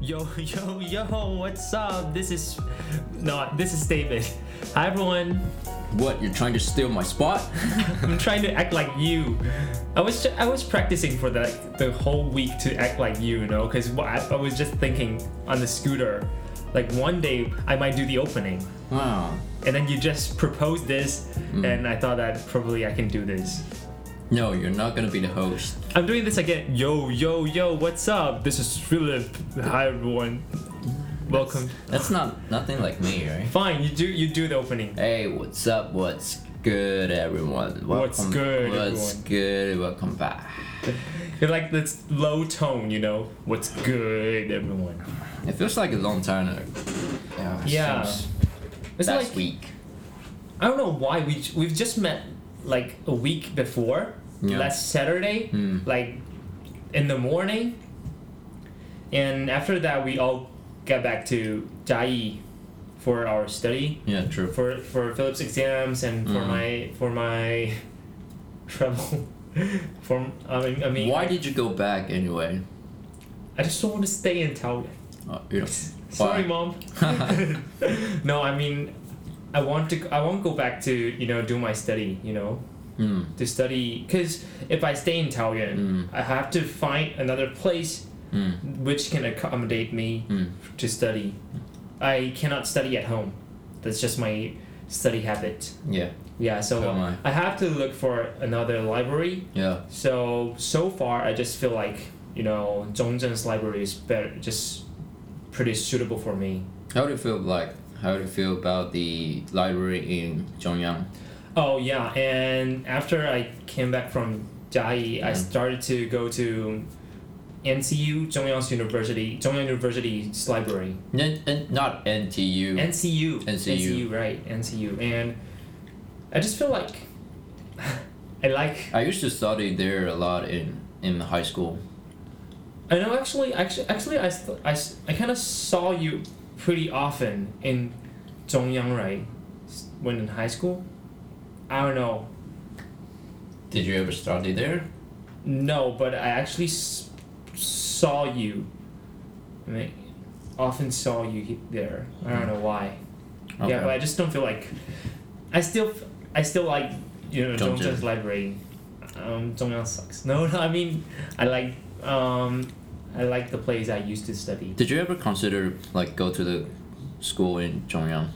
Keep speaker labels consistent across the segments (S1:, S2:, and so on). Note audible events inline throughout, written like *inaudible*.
S1: Yo, *laughs* yo, yo, what's up? This is. No, this is David. Hi, everyone.
S2: What? You're trying to steal
S1: *laughs*
S2: my spot?
S1: I'm trying to act like you. I was ju- I was practicing for the the whole week to act like you, you know, because I, I was just thinking on the scooter, like one day I might do the opening,
S2: wow.
S1: and then you just proposed this, and I thought that probably I can do this.
S2: No, you're not gonna be the host.
S1: I'm doing this again. Yo, yo, yo, what's up? This is Philip. Hi, everyone. Welcome.
S2: That's not nothing like me, right?
S1: Fine, you do you do the opening.
S2: Hey, what's up? What's good, everyone? Welcome,
S1: What's good,
S2: What's
S1: everyone?
S2: good? Welcome back.
S1: You're like this low tone, you know. What's good, everyone?
S2: It feels like a long time. ago. Yeah.
S1: Yeah.
S2: since
S1: It's
S2: Last
S1: like
S2: week.
S1: I don't know why we j- we've just met like a week before
S2: Yeah.
S1: last Saturday,
S2: Mm.
S1: like in the morning, and after that we all got back to Jai for our study
S2: Yeah, true.
S1: for for Philip's exams and for
S2: Mhm.
S1: my for my *laughs* travel. *laughs* for I mean I mean
S2: Why
S1: I,
S2: did you go back anyway?
S1: I just don't want to stay in Taoyuan.
S2: Uh, you know,
S1: Sorry,
S2: why?
S1: mom. *laughs* no, I mean, I want to. I won't go back to you know do my study. You know
S2: Mm.
S1: to study because if I stay in Taoyuan, I have to find another place
S2: Mm.
S1: which can accommodate me
S2: Mm.
S1: to study. I cannot study at home. That's just my study habit.
S2: Yeah.
S1: Yeah, so
S2: Am I?
S1: I have to look for another library.
S2: Yeah.
S1: So so far, I just feel like you know Zhongzhen's library is better, just pretty suitable for me.
S2: How do you feel like? How do you feel about the library in Zhongyang?
S1: Oh yeah, and after I came back from Jai, I
S2: Mm.
S1: started to go to NCU Zhongyang University Zhongyang University's library.
S2: N- n- not NTU.
S1: NCU,
S2: NCU.
S1: right? NCU, and I just feel like *laughs* I like.
S2: I used to study there a lot in in high school.
S1: I know actually, actually, actually, I st- I, s- I kind of saw you pretty often in Zhongyang, right? S- When in high school, I don't know.
S2: Did you ever study there?
S1: No, but I actually s- saw you. I mean, often saw you he- there. I don't know why. Yeah, but I just don't feel like. I still, f- I still like you know
S2: Zhongzhen.
S1: Zhongzhen's library. Um, Zhongyang sucks. No, *laughs* no, I mean I like um, I like the place I used to study.
S2: Did you ever consider like go to the school in Zhongyang?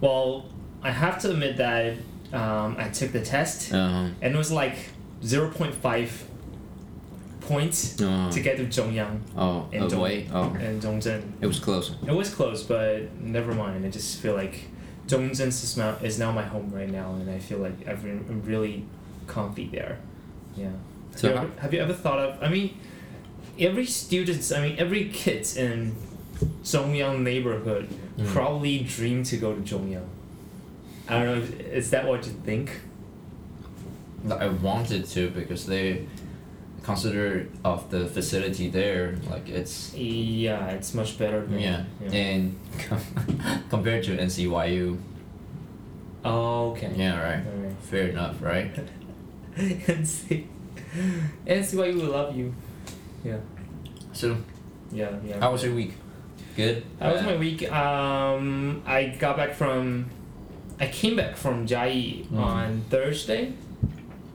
S1: Well, I have to admit that um, I took the test
S2: Um,
S1: and it was like zero point five points
S2: uh,
S1: to get to Zhongyang
S2: oh,
S1: in
S2: oh
S1: Zhong-
S2: wait, oh,
S1: and Zhongzhen.
S2: it was close.
S1: It was close, but never mind. I just feel like Jones is now, is now my home right now, and I feel like I've been, I'm really comfy there. Yeah.
S2: So
S1: have,
S2: how-
S1: you ever, have you ever thought of? I mean, every students, I mean, every kids in Zhongyang neighborhood
S2: Mm.
S1: probably dream to go to Zhongyang. I don't know. if- Is that what you think?
S2: I wanted to because they consider of the facility there like it's
S1: Yeah, it's much better. Than,
S2: yeah, and *laughs* compared to NCYU,
S1: Oh, Okay.
S2: yeah, right,
S1: All right.
S2: fair enough, right?
S1: *laughs* and see, and see why we love you. Yeah.
S2: So
S1: Yeah, yeah.
S2: how was your week? Good.
S1: How was
S2: Bad?
S1: my week? Um, I got back from, I came back from Jai on Thursday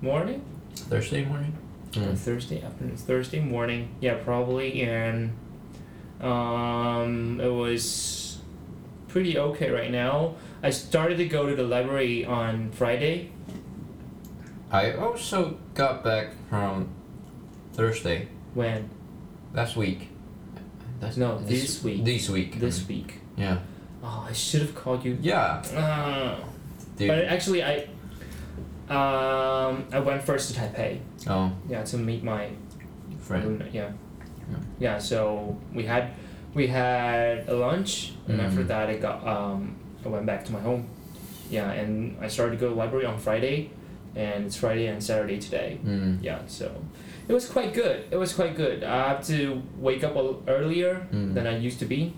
S1: morning,
S2: Thursday morning.
S1: or Thursday afternoon, Thursday morning. Yeah, probably, and um, it was pretty okay right now. I started to go to the library on Friday.
S2: I also got back from Thursday
S1: When
S2: last week. That's
S1: No, this week.
S2: This week. Mm,
S1: this week?
S2: Yeah.
S1: Oh, I should have called you.
S2: Yeah.
S1: Uh,
S2: Dude.
S1: But actually, I um I went first to Taipei.
S2: oh,
S1: Yeah, to meet my
S2: friend.
S1: roommate, Yeah.
S2: Yeah.
S1: Yeah. So we had we had a lunch, and after
S2: Mhm.
S1: that, I got um I went back to my home. Yeah, and I started to go to the library on Friday, and it's Friday and Saturday today.
S2: Mm.
S1: Yeah, so it was quite good. It was quite good. I have to wake up a l- earlier
S2: Mm.
S1: than I used to be.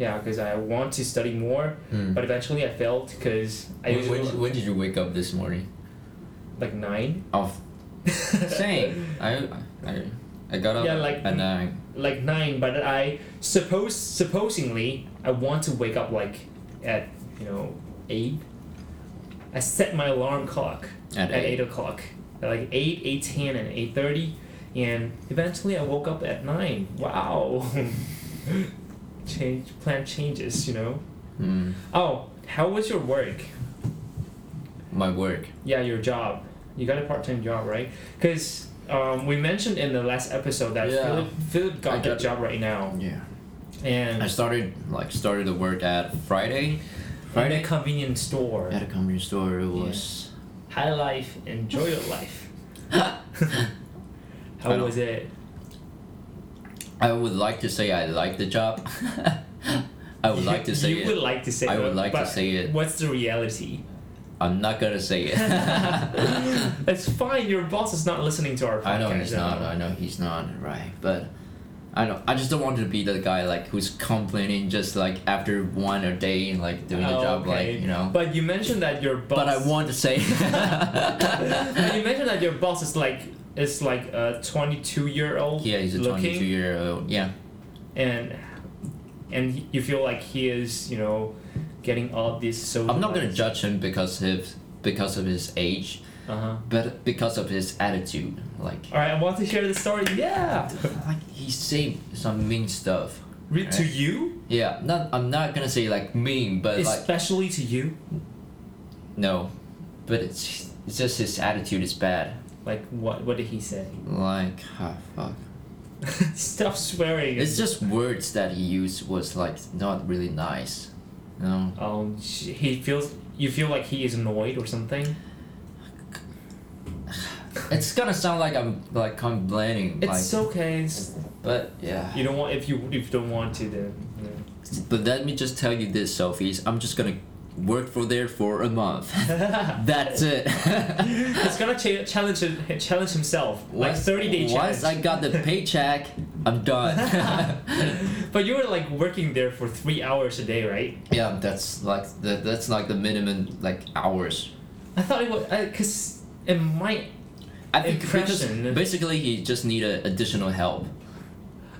S1: Yeah, because I want to study more,
S2: Mm.
S1: but eventually I failed because I
S2: when,
S1: usually
S2: when, when did you wake up this morning?
S1: like nine. *laughs*
S2: Off. Same. I, I. I got up
S1: Yeah, like-
S2: at nine.
S1: like nine, but I suppose supposingly I want to wake up like at you know eight. I set my alarm clock
S2: At eight.
S1: o'clock, at like eight, eight ten, and eight thirty, and eventually I woke up at nine. Wow, *laughs* change plan changes, you know.
S2: Mm.
S1: Oh, how was your work?
S2: My work.
S1: Yeah, your job. You got a part time job, right? Because um, we mentioned in the last episode that
S2: Yeah.
S1: Philip Philip
S2: I
S1: got
S2: got
S1: that
S2: it.
S1: job right now,
S2: Yeah.
S1: and
S2: I started like started to work at Friday.
S1: Right at
S2: Friday
S1: a convenience store.
S2: at a convenience store. It was
S1: High life, enjoy your
S2: *laughs*
S1: life.
S2: I
S1: How
S2: don't-
S1: was it?
S2: I would like to say I like the job. *laughs* I would *laughs* like to say
S1: You
S2: it.
S1: would like to say.
S2: I would
S1: it,
S2: like to
S1: but
S2: say it.
S1: What's the reality?
S2: I'm not gonna say
S1: *laughs*
S2: it.
S1: That's fine. Your boss is not listening to our podcast.
S2: I know he's not.
S1: though.
S2: I know he's not. Right, but I know. I just don't want to be the guy like who's complaining just like after one a day and like doing the
S1: Oh,
S2: job
S1: okay.
S2: like you know.
S1: But you mentioned that your boss.
S2: But I
S1: *laughs*
S2: want *laughs* to say.
S1: But you mentioned that your boss is like is like a twenty-two year old.
S2: Yeah, he's a
S1: looking,
S2: 22 year old. Yeah.
S1: And and he- you feel like he is, you know, getting all these. So
S2: I'm not gonna judge him because of because of his age,
S1: Uh huh.
S2: but because of his attitude. Like,
S1: All right, I want to hear the story. Yeah.
S2: like he said some mean stuff.
S1: Re- to you,
S2: Yeah, not I'm not gonna say like mean, but Uh, like
S1: especially to you.
S2: no, but it's it's just his attitude is bad.
S1: Like what? What did he say? *laughs*
S2: Like, ah, fuck.
S1: Stop swearing.
S2: It's just words that he used was like not really nice. You know?
S1: Um, sh- he feels. You feel like he is annoyed or something.
S2: It's gonna sound like I'm like complaining, like,
S1: It's okay. It's,
S2: but yeah.
S1: you don't want if you if you don't want to then. you
S2: But let me just tell you this, Sophies. I'm just gonna work for there for a month. *laughs*
S1: know.
S2: That's it.
S1: *laughs*
S2: *laughs*
S1: He's gonna cha- challenge him- challenge himself like
S2: Once-
S1: thirty day challenge.
S2: Once I got
S1: *laughs*
S2: the paycheck, I'm done. *laughs*
S1: but you were like working there for three hours a day, right?
S2: yeah, that's like that, that's like the minimum like hours.
S1: I thought it was because it might.
S2: I think because
S1: Impression.
S2: basically he just need a additional help.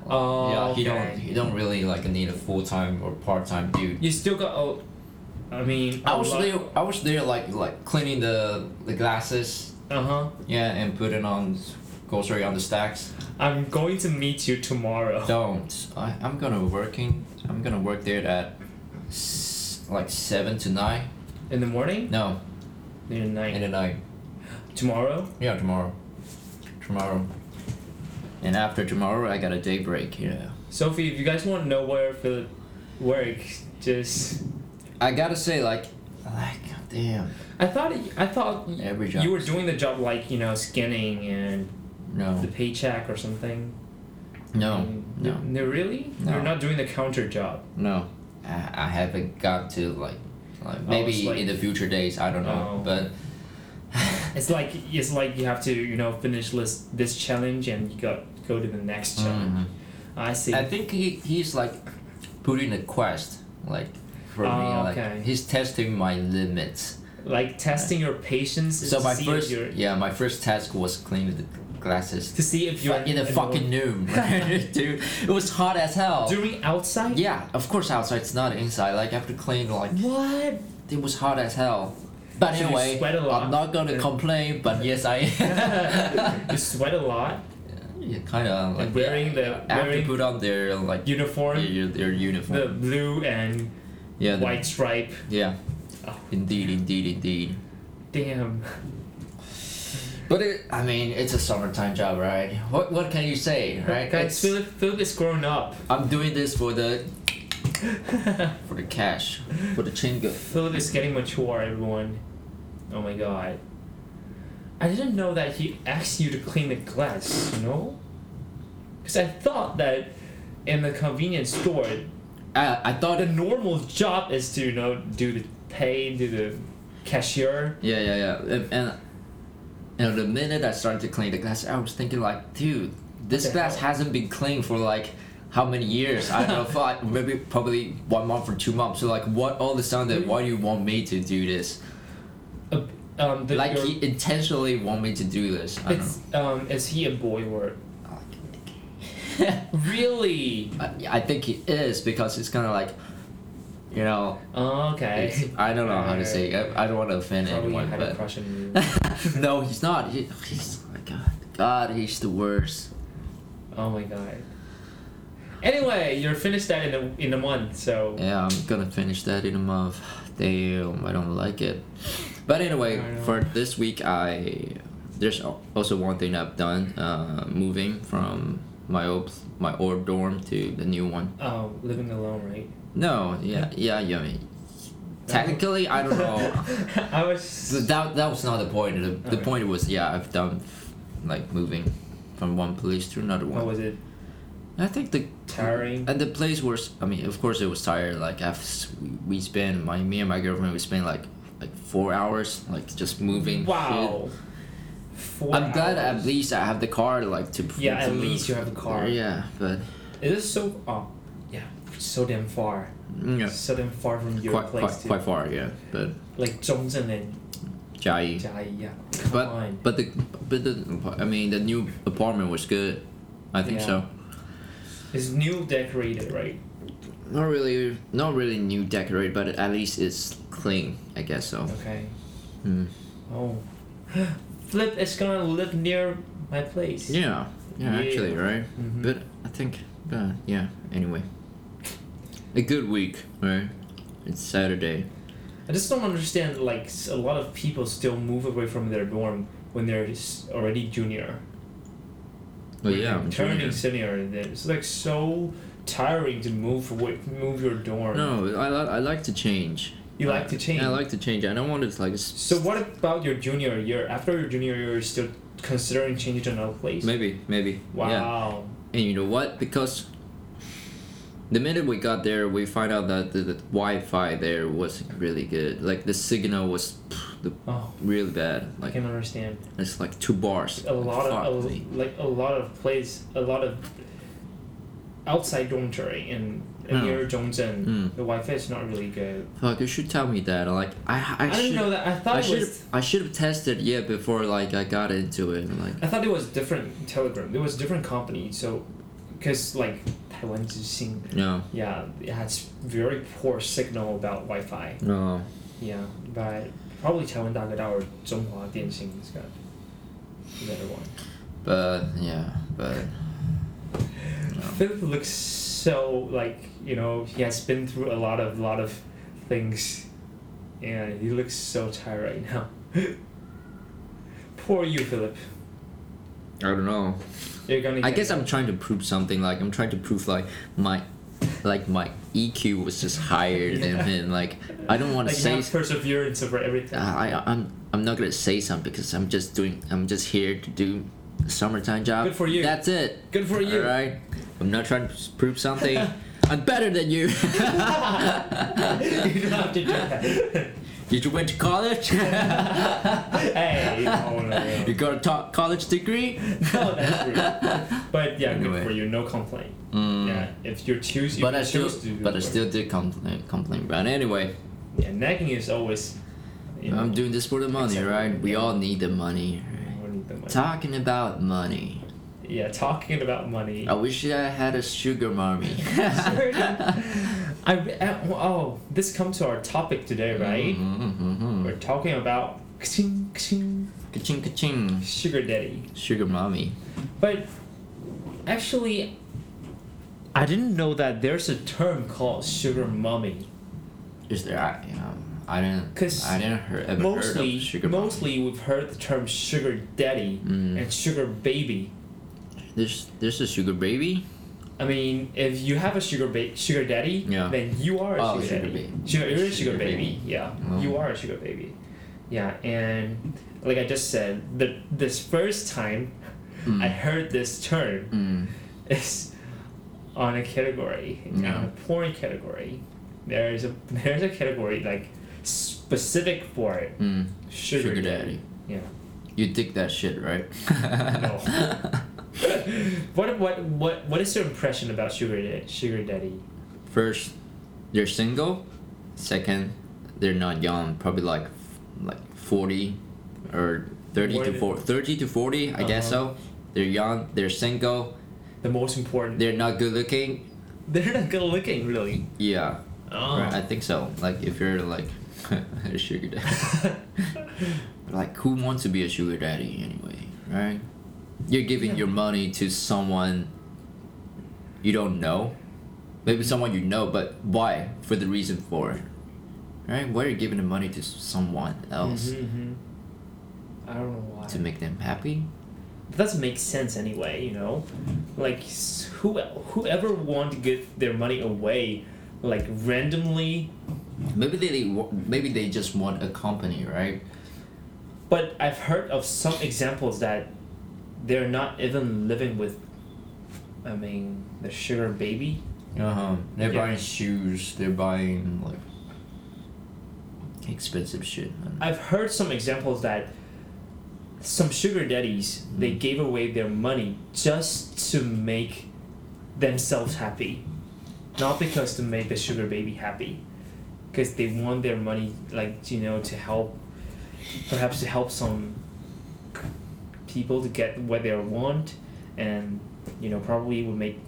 S1: Oh,
S2: yeah,
S1: okay.
S2: he don't he don't really like need a full time or part time dude.
S1: You still got. Oh, I mean. oh,
S2: I was there. I was there like like cleaning the the glasses.
S1: Uh huh.
S2: Yeah, and putting on grocery on the stacks.
S1: I'm going to meet you tomorrow.
S2: Don't. I, I'm gonna working. I'm gonna work there at s- like seven to nine.
S1: In the morning?
S2: No,
S1: In the night.
S2: in the night.
S1: Tomorrow?
S2: Yeah, tomorrow. Tomorrow. And after tomorrow, I got a day break. Yeah.
S1: Sophie, if you guys want to know where Philip works, just
S2: I gotta say, like, like, damn.
S1: I thought it, I thought y-
S2: Every job.
S1: you were doing the job like you know skinning and
S2: No.
S1: the paycheck or something.
S2: No.
S1: Mm,
S2: No.
S1: No, really?
S2: No.
S1: You're not doing the counter job.
S2: No. I, I haven't got to like, like
S1: Oh, it's
S2: maybe
S1: like-
S2: in the future days. I don't know,
S1: Oh. *laughs*
S2: but.
S1: It's like it's like you have to you know finish this this challenge and you got go to the next challenge.
S2: Mhm.
S1: I see.
S2: I think he, he's like putting a quest like for me
S1: Oh,
S2: like
S1: okay.
S2: he's testing my limits.
S1: like testing your patience
S2: so
S1: to
S2: my
S1: see
S2: first
S1: if you're
S2: yeah my first task was cleaning the glasses
S1: to see if
S2: Fu-
S1: you're
S2: in the
S1: annoyed.
S2: fucking noon, *laughs* dude. It was hot as hell.
S1: *laughs* doing outside.
S2: Yeah, of course outside it's not inside. Like I have to clean like
S1: What?
S2: it was hot as hell. But
S1: So you
S2: anyway,
S1: sweat a lot?
S2: I'm not gonna
S1: Yeah.
S2: complain. But yes,
S1: *laughs*
S2: I.
S1: *laughs*
S2: *laughs*
S1: you sweat a lot.
S2: yeah, kind of like
S1: And wearing the-
S2: I have
S1: wearing-
S2: to put on their like
S1: Uniform.
S2: their, their uniform.
S1: The blue and
S2: yeah, the-
S1: white stripe.
S2: yeah.
S1: Oh.
S2: Indeed, indeed, indeed.
S1: Damn.
S2: But it, I mean, it's a summertime job, right? What what can you say, right?
S1: Guys,
S2: It's-
S1: Philip, Philip is grown up.
S2: I'm doing this for the for the cash, for the chingo.
S1: Philip is getting mature, everyone. Oh my god. I didn't know that he asked you to clean the glass, you know? Because I thought that in the convenience store,
S2: I I thought
S1: the
S2: it.
S1: normal job is to, you know, do the pay, do the cashier.
S2: Yeah, yeah, yeah. And, and and the minute I started to clean the glass, I was thinking like, dude, this
S1: the
S2: glass
S1: hell?
S2: hasn't been cleaned for like how many years? I
S1: *laughs*
S2: don't know, five, maybe probably one month or two months. So like, what all of a sudden? Why do you want me to do this?
S1: Uh, um, the,
S2: Like
S1: your-
S2: he intentionally want me to do this. I don't know.
S1: it's, um, is he a boy or
S2: Like, *laughs*
S1: really?
S2: I, I think he is because it's kind of like, you know,
S1: Oh, okay.
S2: it's- I don't know how to say. It. I, I don't want to offend
S1: Probably
S2: anyone,
S1: had a
S2: but
S1: crush on
S2: *laughs*
S1: you.
S2: no, he's not. He, he's oh my God, God, he's the worst.
S1: Oh my god. Anyway, you're finished that in a in a month, so
S2: Yeah, I'm gonna finish that in a month. Damn, I don't like it. But anyway,
S1: I know.
S2: for this week, I there's al- also one thing I've done. Uh, moving from my old my old dorm to the new one.
S1: oh, living alone, right?
S2: No,
S1: Hmm.
S2: yeah, yeah, yeah. I mean, Technically, I don't know.
S1: *laughs* I was
S2: So that that was not the point. The, the
S1: Okay.
S2: point was yeah, I've done like moving from one place to another
S1: what
S2: one.
S1: was it?
S2: I think the
S1: Tiring?
S2: and the place was I mean of course it was tired. Like I've s- we spent my me and my girlfriend we spent like like four hours like just moving. shit.
S1: Wow. Four
S2: I'm glad at
S1: hours.
S2: least I have the car like to.
S1: Yeah,
S2: to
S1: at
S2: move.
S1: least you have a car.
S2: Yeah, but
S1: It is so oh yeah, so damn far.
S2: yeah,
S1: So damn far from your
S2: mm, quite
S1: place
S2: quite,
S1: to
S2: quite far. Yeah, but
S1: like Zhongzhen and
S2: Jai.
S1: Jiaya. Come
S2: But
S1: on.
S2: but the but the I mean the new apartment was good. I think
S1: Yeah.
S2: so.
S1: It's new decorated, right?
S2: Not really, not really new decorate, but at least it's clean. I guess so.
S1: Okay.
S2: Mm.
S1: Oh. *gasps* Flip is gonna live near my place.
S2: Yeah, yeah,
S1: Yeah.
S2: actually, right.
S1: Mhm.
S2: But I think, uh, yeah. Anyway, a good week, right? It's Saturday.
S1: I just don't understand. Like s- a lot of people still move away from their dorm when they're s- already junior.
S2: Well, Oh, yeah, I'm
S1: turning
S2: junior.
S1: senior. and then It's like so tiring to move away, move your dorm.
S2: No, I li- I like to change.
S1: You like to change.
S2: I like to change. I don't want to like. s-
S1: So what about your junior year? After your junior year, you're still considering changing to another place?
S2: *laughs* Maybe, maybe. Yeah.
S1: Wow.
S2: And you know what? Because the minute we got there, we find out that the, the Wi-Fi there wasn't really good. Like the signal was pff, the,
S1: Oh,
S2: really bad.
S1: I
S2: Like
S1: can understand.
S2: it's like two bars.
S1: A lot
S2: Fuck
S1: of a,
S2: me.
S1: like a lot of place, a lot of outside dormitory in
S2: No.
S1: near Zhongzhen.
S2: Mm.
S1: The Wi-Fi is not really good.
S2: Fuck, you should tell me that. Like I, I,
S1: I,
S2: should,
S1: didn't know that. I thought
S2: I
S1: it
S2: should,
S1: was.
S2: I should have tested yeah before like I got into it. Like
S1: I thought it was different Telegram. It was different company. So, because like Taiwan Zhixing,
S2: no,
S1: yeah, it has very poor signal about Wi-Fi.
S2: no.
S1: Yeah, but probably Taiwan Dagadao or Zhonghua Dianxing has got the better one.
S2: But yeah, but
S1: Philip looks so like you know he has been through a lot of lot of things, and he looks so tired right now. *laughs* Poor you, Philip.
S2: I don't know.
S1: You're gonna.
S2: I
S1: get
S2: guess
S1: it.
S2: I'm trying to prove something. Like I'm trying to prove like my, like my EQ was just higher than
S1: Yeah.
S2: him. Like I don't want to
S1: like you
S2: say. Ah.
S1: have perseverance over everything.
S2: I, I- I'm I'm not gonna say something because I'm just doing. I'm just here to do a summertime job.
S1: Good for you.
S2: That's it.
S1: Good for you.
S2: All right. I'm not trying to s-
S1: *laughs*
S2: prove something. I'm better than
S1: *laughs*
S2: you.
S1: you don't have to do that. *laughs*
S2: Did you went to college?
S1: hey, no,
S2: *laughs*
S1: no, no.
S2: you got a top
S1: *laughs*
S2: college degree?
S1: No, that's rude. But yeah,
S2: Anyway.
S1: good for you. No complaint.
S2: Mm.
S1: Yeah, if you choose, if
S2: But
S1: you
S2: I still,
S1: choose to do
S2: but I
S1: work.
S2: still did complain. Complain. But anyway,
S1: Yeah, nagging is always. You know,
S2: I'm doing this for the money,
S1: Exactly.
S2: right? We all need the money.
S1: I don't need the money.
S2: Talking about money,
S1: yeah, talking about money.
S2: I wish I had a sugar
S1: *laughs*
S2: mommy.
S1: Sorry. I, I- oh, this comes to our topic today, right?
S2: Mm-hmm.
S1: We're talking about ka-ching, ka-ching,
S2: Ka-ching, ka-ching.
S1: sugar daddy.
S2: Sugar mommy.
S1: But actually, I didn't know that there's a term called sugar mummy.
S2: Is there? I, um, I didn't.
S1: 'Cause
S2: I didn't hear, ever heard
S1: Mostly,
S2: of sugar mommy.
S1: mostly we've heard the term sugar daddy
S2: Mm.
S1: and sugar baby.
S2: There's there's a sugar baby.
S1: I mean, if you have a sugar ba- sugar daddy,
S2: Yeah.
S1: then you are a
S2: Oh,
S1: sugar,
S2: sugar
S1: daddy.
S2: baby.
S1: Sugar, you're a sugar,
S2: Sugar
S1: baby.
S2: baby.
S1: Yeah,
S2: Oh.
S1: you are a sugar baby. Yeah, and like I just said, the this first time
S2: Mm.
S1: I heard this term
S2: Mm.
S1: is on a category,
S2: Yeah.
S1: on a porn category. There is a *laughs* there's a category like specific for it.
S2: Mm.
S1: Sugar,
S2: Sugar
S1: daddy. *laughs*
S2: daddy. You dig that shit, right?
S1: Yeah. No. what what what what is your impression about sugar da- sugar daddy?
S2: *laughs* First, they're single. Second, they're not young. Probably like like forty or thirty
S1: More
S2: to
S1: than- Uh-huh.
S2: four, 30 to 40 I guess so. They're young. They're single.
S1: the most important.
S2: They're not good looking.
S1: *laughs* They're not good looking, really.
S2: Yeah,
S1: Oh.
S2: I think so. Like if you're like *laughs* a sugar
S1: *laughs*
S2: daddy, like who wants to be a sugar daddy anyway, right? You're giving
S1: Yeah.
S2: your money to someone you don't know, maybe someone you know, but why? For the reason for, it, right? Why are you giving the money to someone else
S1: Mhm, mhm. mm-hmm. I don't know why.
S2: to make them happy?
S1: It doesn't make sense anyway, you know. Like s- who e, whoever want to give their money away, like randomly.
S2: Maybe they- they wa- maybe they just want a company, right?
S1: But I've heard of some examples that they're not even living with. I mean, the sugar baby.
S2: Uh huh. They're
S1: Yeah.
S2: buying shoes. They're buying like expensive shit. man.
S1: I've heard some examples that some sugar daddies they gave away their money just to make themselves happy, not because to make the sugar baby happy, because they want their money like you know to help, perhaps to help some people to get what they want, and you know probably would make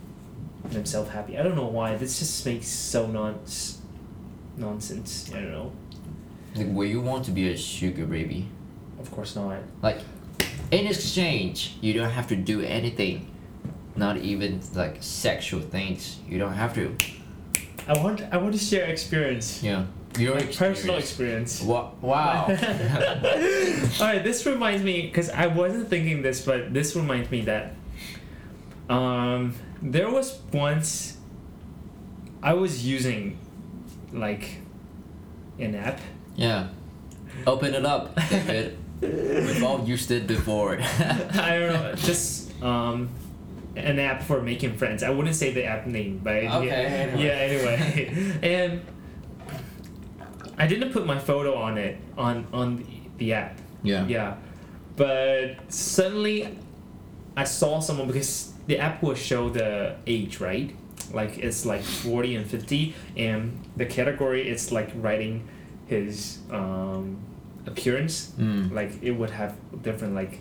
S1: themselves happy. I don't know why this just makes so non nonsense. I don't know.
S2: Like, will you want to be a sugar baby?
S1: Of course not.
S2: Like, in exchange, you don't have to do anything. Not even like sexual things. You don't have to.
S1: I want I want to share experience.
S2: Yeah. Your
S1: Like personal experience.
S2: Wa-
S1: *laughs*
S2: wow. *laughs*
S1: All right, this reminds me because I wasn't thinking this, but this reminds me that um, there was once I was using like an app.
S2: yeah. Open it up, David. We've all used it before.
S1: *laughs* I don't know, just um, an app for making friends. I wouldn't say the app name, but yeah-
S2: Okay, anyway.
S1: yeah, anyway,
S2: *laughs*
S1: and I didn't put my photo on it on on the app.
S2: yeah.
S1: Yeah. But suddenly I saw someone because the app will show the age, right? Like it's like 40 and 50 and the category is like writing his um appearance.
S2: Mm.
S1: Like it would have different like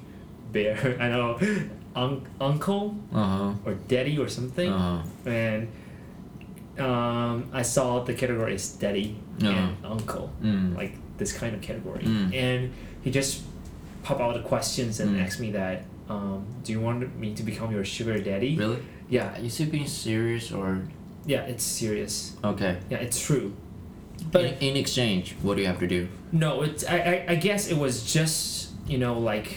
S1: bear, *laughs* I know un- uncle
S2: Uh
S1: or daddy or something
S2: huh. Uh huh.
S1: and um, I saw the category is daddy
S2: Uh-huh.
S1: and uncle
S2: Mm.
S1: like this kind of category.
S2: Mm.
S1: And he just pop out the questions and
S2: Mm.
S1: asked me that, um, do you want me to become your sugar daddy?
S2: Really?
S1: Yeah,
S2: Is he being serious or
S1: yeah, it's serious.
S2: okay?
S1: Yeah, it's true.
S2: But
S1: But
S2: in, in exchange, what do you have to do?
S1: no, it's I, I, I guess it was just you know like,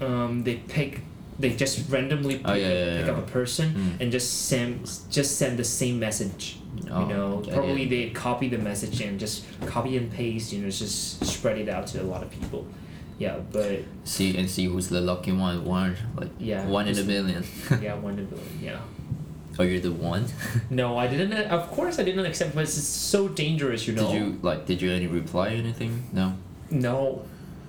S1: um, they pick they just randomly pick,
S2: Oh, yeah, yeah,
S1: pick
S2: yeah.
S1: up a person
S2: Mm.
S1: and just send just send the same message.
S2: Oh,
S1: you know,
S2: okay,
S1: probably
S2: yeah.
S1: they copy the message and just copy and paste. You know, just spread it out to a lot of people. Yeah, but
S2: See and see who's the lucky one. One like
S1: Yeah,
S2: one in a
S1: who's-
S2: million. *laughs*
S1: *laughs* yeah, Wonder Villain. Yeah.
S2: oh, you're the one.
S1: No, I didn't. uh, Of course, I didn't accept. But it's so dangerous, you know.
S2: *laughs* Did you like? Did you any reply or anything? No.
S1: No,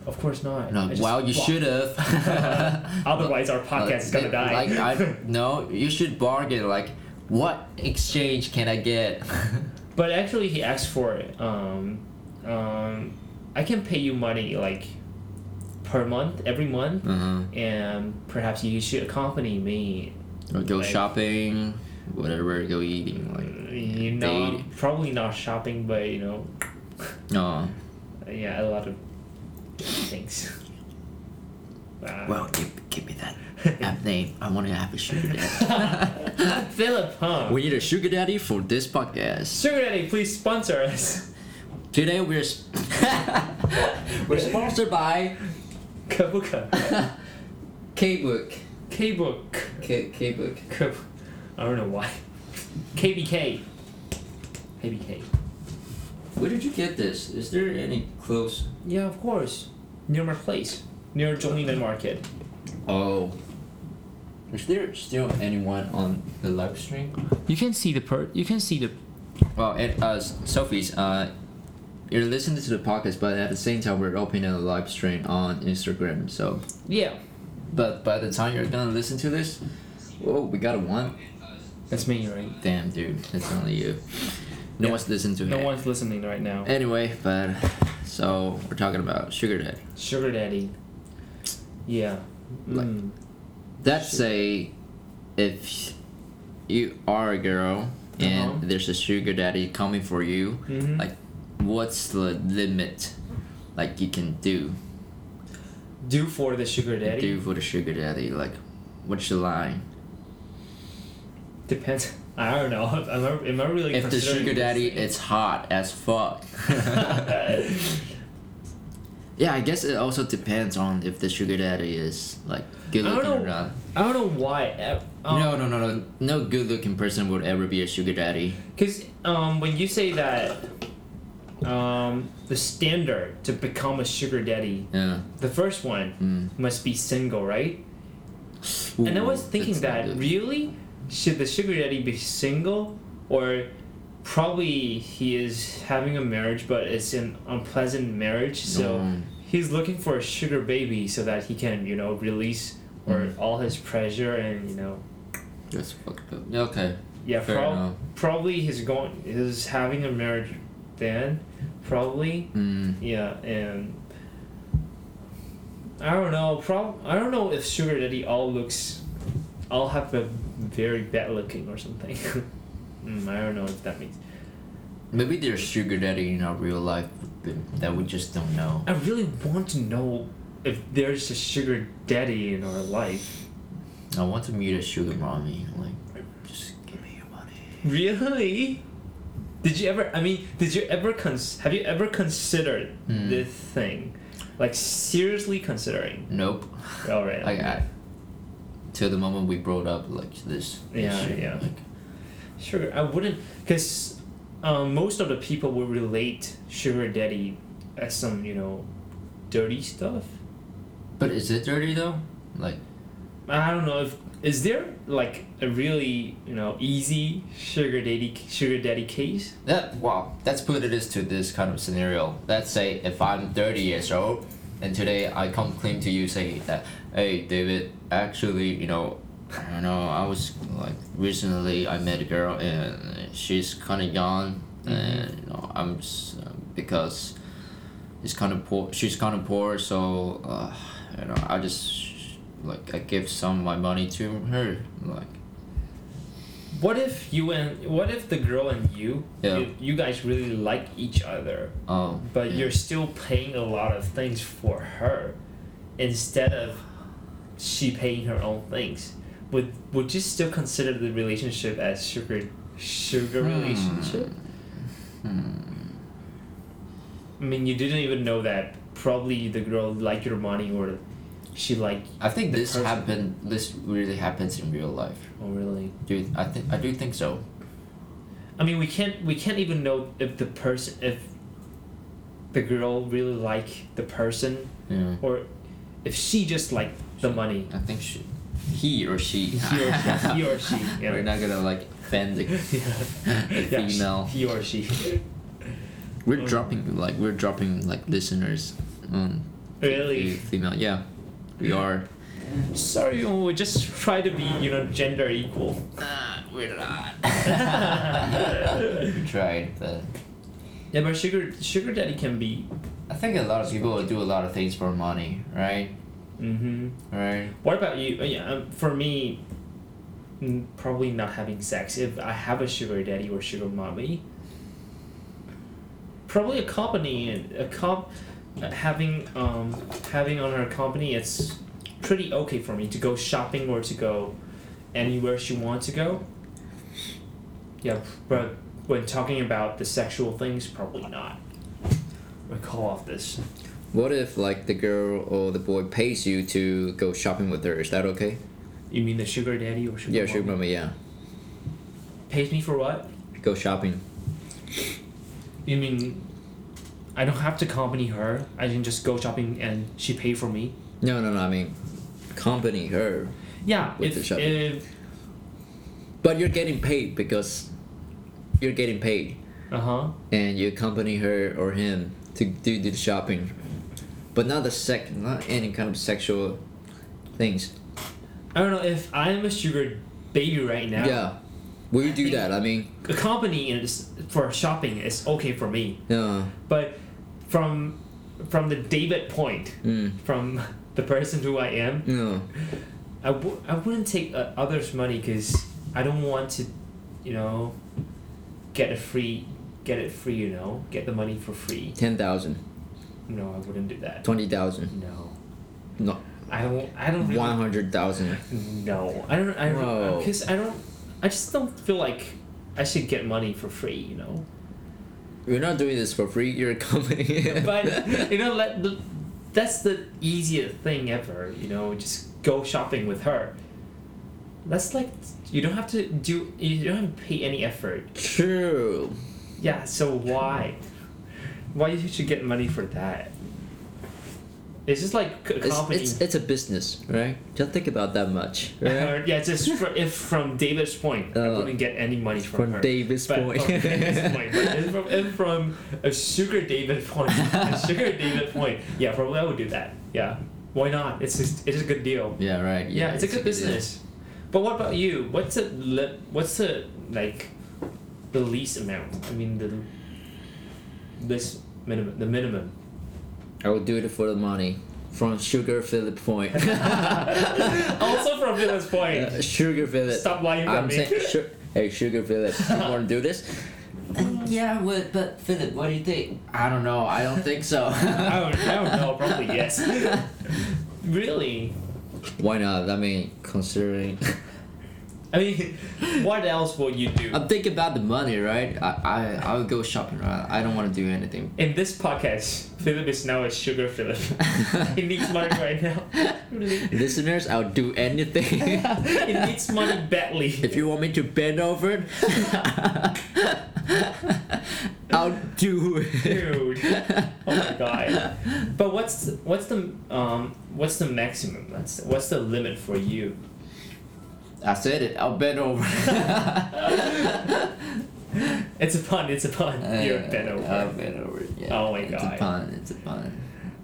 S1: of course not.
S2: No.
S1: I just
S2: Wow, you
S1: blocked.
S2: should *laughs* have.
S1: *laughs*
S2: *laughs*
S1: Otherwise, our podcast is gonna die.
S2: Like
S1: *laughs*
S2: I no, you should bargain. Like, what exchange can I get? *laughs*
S1: but actually, he asked for it. Um, um, I can pay you money like per month, every month,
S2: uh-huh.
S1: and perhaps you should accompany me.
S2: Or go
S1: Like-
S2: shopping, whatever. Go eating. Like,
S1: You know,
S2: date.
S1: probably not shopping, but you know, Uh,
S2: no.
S1: yeah, a lot of things. *laughs* Ah. Wow.
S2: Well, give, give me that
S1: *laughs*
S2: app name. I want to have a sugar daddy. *laughs*
S1: Philip, huh?
S2: we need a sugar daddy for this podcast.
S1: Sugar Daddy, please sponsor us. *laughs*
S2: Today we're s- *laughs* we're sponsored by *laughs*
S1: Kabuka.
S2: K-Book.
S1: K-Book.
S2: K- K-Book.
S1: Kab- I don't know why. KBK. KBK.
S2: Where did you get this? Is there any close?
S1: Yeah, of course. Near my place. Near Jolinan Market.
S2: Oh. Is there still anyone on the live stream?
S1: You can see the per. You can see the.
S2: Well, and uh, Sophie's, uh, you're listening to the podcast, but at the same time, we're opening a live stream on Instagram. So,
S1: Yeah.
S2: but by the time you're gonna listen to this, whoa, we got a one.
S1: That's me, right?
S2: Damn, dude, that's only you. No
S1: Yeah.
S2: one's listening to
S1: No
S2: it.
S1: one's listening right now.
S2: Anyway, but so we're talking about sugar daddy.
S1: Sugar Daddy. Yeah.
S2: Like-
S1: Mm.
S2: That's a if you are a girl and
S1: Uh-huh.
S2: there's a sugar daddy coming for you,
S1: Mhm.
S2: like what's the limit like you can do
S1: Do for the sugar daddy.
S2: do for the sugar daddy? Like what's the line?
S1: Depends. *laughs* I don't know. Am I, am I really
S2: if the
S1: considering
S2: sugar
S1: this
S2: daddy
S1: thing?
S2: it's hot
S1: *laughs*
S2: as fuck. yeah, I guess it also depends on if the sugar daddy is like good
S1: I
S2: looking
S1: don't
S2: or
S1: know.
S2: not.
S1: I don't know why. uh, Um,
S2: no, no, no, no. No good looking person would ever be a sugar daddy.
S1: Because um, when you say that, um, the standard to become a sugar daddy,
S2: Yeah.
S1: the first one
S2: Mm.
S1: must be single, right? and I
S2: Ooh,
S1: was thinking
S2: that's not
S1: that
S2: good.
S1: really should the sugar daddy be single or probably he is having a marriage but it's an unpleasant marriage so
S2: Mm.
S1: he's looking for a sugar baby so that he can you know release or
S2: Mm.
S1: all his pressure and you know
S2: That's fucked up. Yeah, Okay.
S1: yeah
S2: Fair
S1: prob-
S2: enough.
S1: probably he's going he's having a marriage then probably
S2: Mm.
S1: yeah and i don't know prob- i don't know if sugar daddy all looks all have a very bad looking or something *laughs* mm, i don't know if that means
S2: Maybe there's sugar daddy in our real life that we just don't know.
S1: i really want to know if there's a sugar daddy in our life
S2: I want to meet a sugar mommy. Like, just give me your money.
S1: really did you ever i mean did you ever cons have you ever considered
S2: Mm.
S1: this thing like seriously considering
S2: Nope.
S1: all right
S2: Like, I. Till the moment we brought up like this. this
S1: Yeah,
S2: shit,
S1: yeah.
S2: Like,
S1: Sure, I wouldn't, because um, most of the people would relate sugar daddy as some you know dirty stuff.
S2: but is it dirty though? Like,
S1: I don't know if is there like a really you know easy sugar daddy sugar daddy case.
S2: that. Wow. Let's put it as to this kind of scenario. Let's say if I'm 30 years old, and today I come clean to you, say that, hey, David, actually, you know, I don't know. I was like recently I met a girl and she's kind of gone, and you know I'm just, uh, because it's kind of poor. She's kind of poor, so uh, you know I just like I give some of my money to her, like.
S1: What if you and what if the girl and you
S2: Yeah.
S1: you, you guys really like each other,
S2: Oh,
S1: but
S2: yeah.
S1: you're still paying a lot of things for her, instead of she paying her own things. Would would you still consider the relationship as sugar sugar
S2: Hmm.
S1: relationship? I mean, you didn't even know that. Probably the girl liked your money, or she liked.
S2: I think
S1: the
S2: this
S1: person-
S2: happened. This really happens in real life,
S1: Oh really?
S2: dude. I think I do think so.
S1: I mean, we can't we can't even know if the person if the girl really liked the person
S2: Yeah.
S1: or if she just liked the money.
S2: I think she, he or she.
S1: He or she. He or
S2: *laughs*
S1: she. Yeah.
S2: We're not gonna like offend *laughs* the, the
S1: *laughs* Yeah, she-
S2: female.
S1: he or she.
S2: We're
S1: Oh.
S2: dropping like we're dropping like listeners on the
S1: Really?
S2: female. Yeah, we are.
S1: Sorry, we just *laughs* try to be you know gender equal.
S2: we're not.
S1: yeah,
S2: *laughs* we tried, but
S1: but sugar sugar daddy can be.
S2: I think a lot of people do a lot of things for money, right?
S1: Mm-hmm.
S2: Right.
S1: What about you? Uh, Yeah, um, for me, mm, probably not having sex. If I have a sugar daddy or sugar mommy, probably a company and a comp uh, having um having on her company, it's pretty okay for me to go shopping or to go anywhere she wants to go. Yeah, but when talking about the sexual things, probably not. I call off this.
S2: What if like the girl or the boy pays you to go shopping with her? Is that okay?
S1: You mean the sugar daddy or sugar?
S2: Yeah, sugar
S1: mommy?
S2: mama. Yeah,
S1: Pays me for what?
S2: go shopping.
S1: You mean I don't have to accompany her? I can just go shopping and she pay for me?
S2: No, no, no. I mean, company her,
S1: Yeah,
S2: With the
S1: if,
S2: shopping.
S1: if
S2: but you're getting paid because you're getting paid,
S1: uh huh.
S2: and you accompany her or him to do the shopping, but not the sec, not any kind of sexual things.
S1: I don't know if I'm a sugar baby right now.
S2: Yeah, will you do
S1: think-
S2: that? I mean,
S1: Accompany is for shopping is okay for me,
S2: yeah,
S1: but from from the David point,
S2: mm,
S1: from the person who I am,
S2: no,
S1: I w- I wouldn't take uh, others' money because I don't want to, you know, get a free, get it free, you know, get the money for free.
S3: 10,000,
S1: No, I wouldn't do that.
S3: 20,000,
S1: No,
S3: no,
S1: I don't. I don't. Really,
S3: 100,000.
S1: No, I don't. I
S3: Whoa.
S1: because I don't. I just don't feel like I should get money for free. You
S3: *laughs*
S1: know,
S3: We're not doing this for free, you're a company.
S1: but
S2: *laughs*
S1: you know, let the, that's the easiest thing ever. You know, just go shopping with her. That's like you don't have to do. You don't have to pay any effort.
S3: True.
S1: Yeah, so why? Why you should get money for that? It's just like c-
S3: It's,
S1: accompanying.
S3: it's, it's a business, right? Don't think about that
S1: *laughs*
S3: much, right?
S1: yeah, just fr- if from David's point, I
S3: Uh,
S1: wouldn't get any money from,
S3: From
S1: her.
S3: David's
S1: But-
S3: point. *laughs*
S1: oh, David's point. But if from, if from a sugar David point, a sugar David point, yeah, probably I would do that. Yeah, why not? It's just, it's a good deal.
S2: Yeah, right.
S1: Yeah, it's, a good
S2: deal.
S1: business. But what about you? What's the li- what's the like the least amount? I mean the this minimum the *laughs* minimum.
S3: I will do it for the money. From Sugar Philip Point.
S1: *laughs* also from Villa's point.
S3: Uh, Sugar Philip.
S1: Stop lying about
S3: I'm
S1: me.
S3: saying, su- hey, Sugar Philip,
S1: *laughs*
S3: you want to do this?
S2: Uh, yeah, but, but Philip, what do you think? I don't know. I don't think so.
S1: *laughs* I don't, I don't know, probably *laughs* yes. really?
S3: *laughs* Why not? I mean, considering. *laughs*
S1: I mean, *laughs* what else will you do?
S2: Um,
S3: I'm thinking about the money, right?
S2: I, I I would go shopping. Right? I don't want to do anything.
S1: In this podcast, Philip is now a sugar Philip. *laughs* he needs money right now. *laughs* Really?
S3: Listeners, I'll do anything.
S1: *laughs* He needs money badly.
S3: if you want me to bend
S2: *laughs*
S3: over, I'll do it.
S1: Dude. Oh my god. But what's what's the um what's the maximum? That's what's the limit for you?
S2: I said it. I'll bend over.
S1: It's a pun, it's a pun. *laughs* You're
S2: Uh,
S1: bent over.
S2: I'll bend over. Yeah.
S1: Oh my
S2: it's
S1: God.
S2: It's a pun. It's a pun.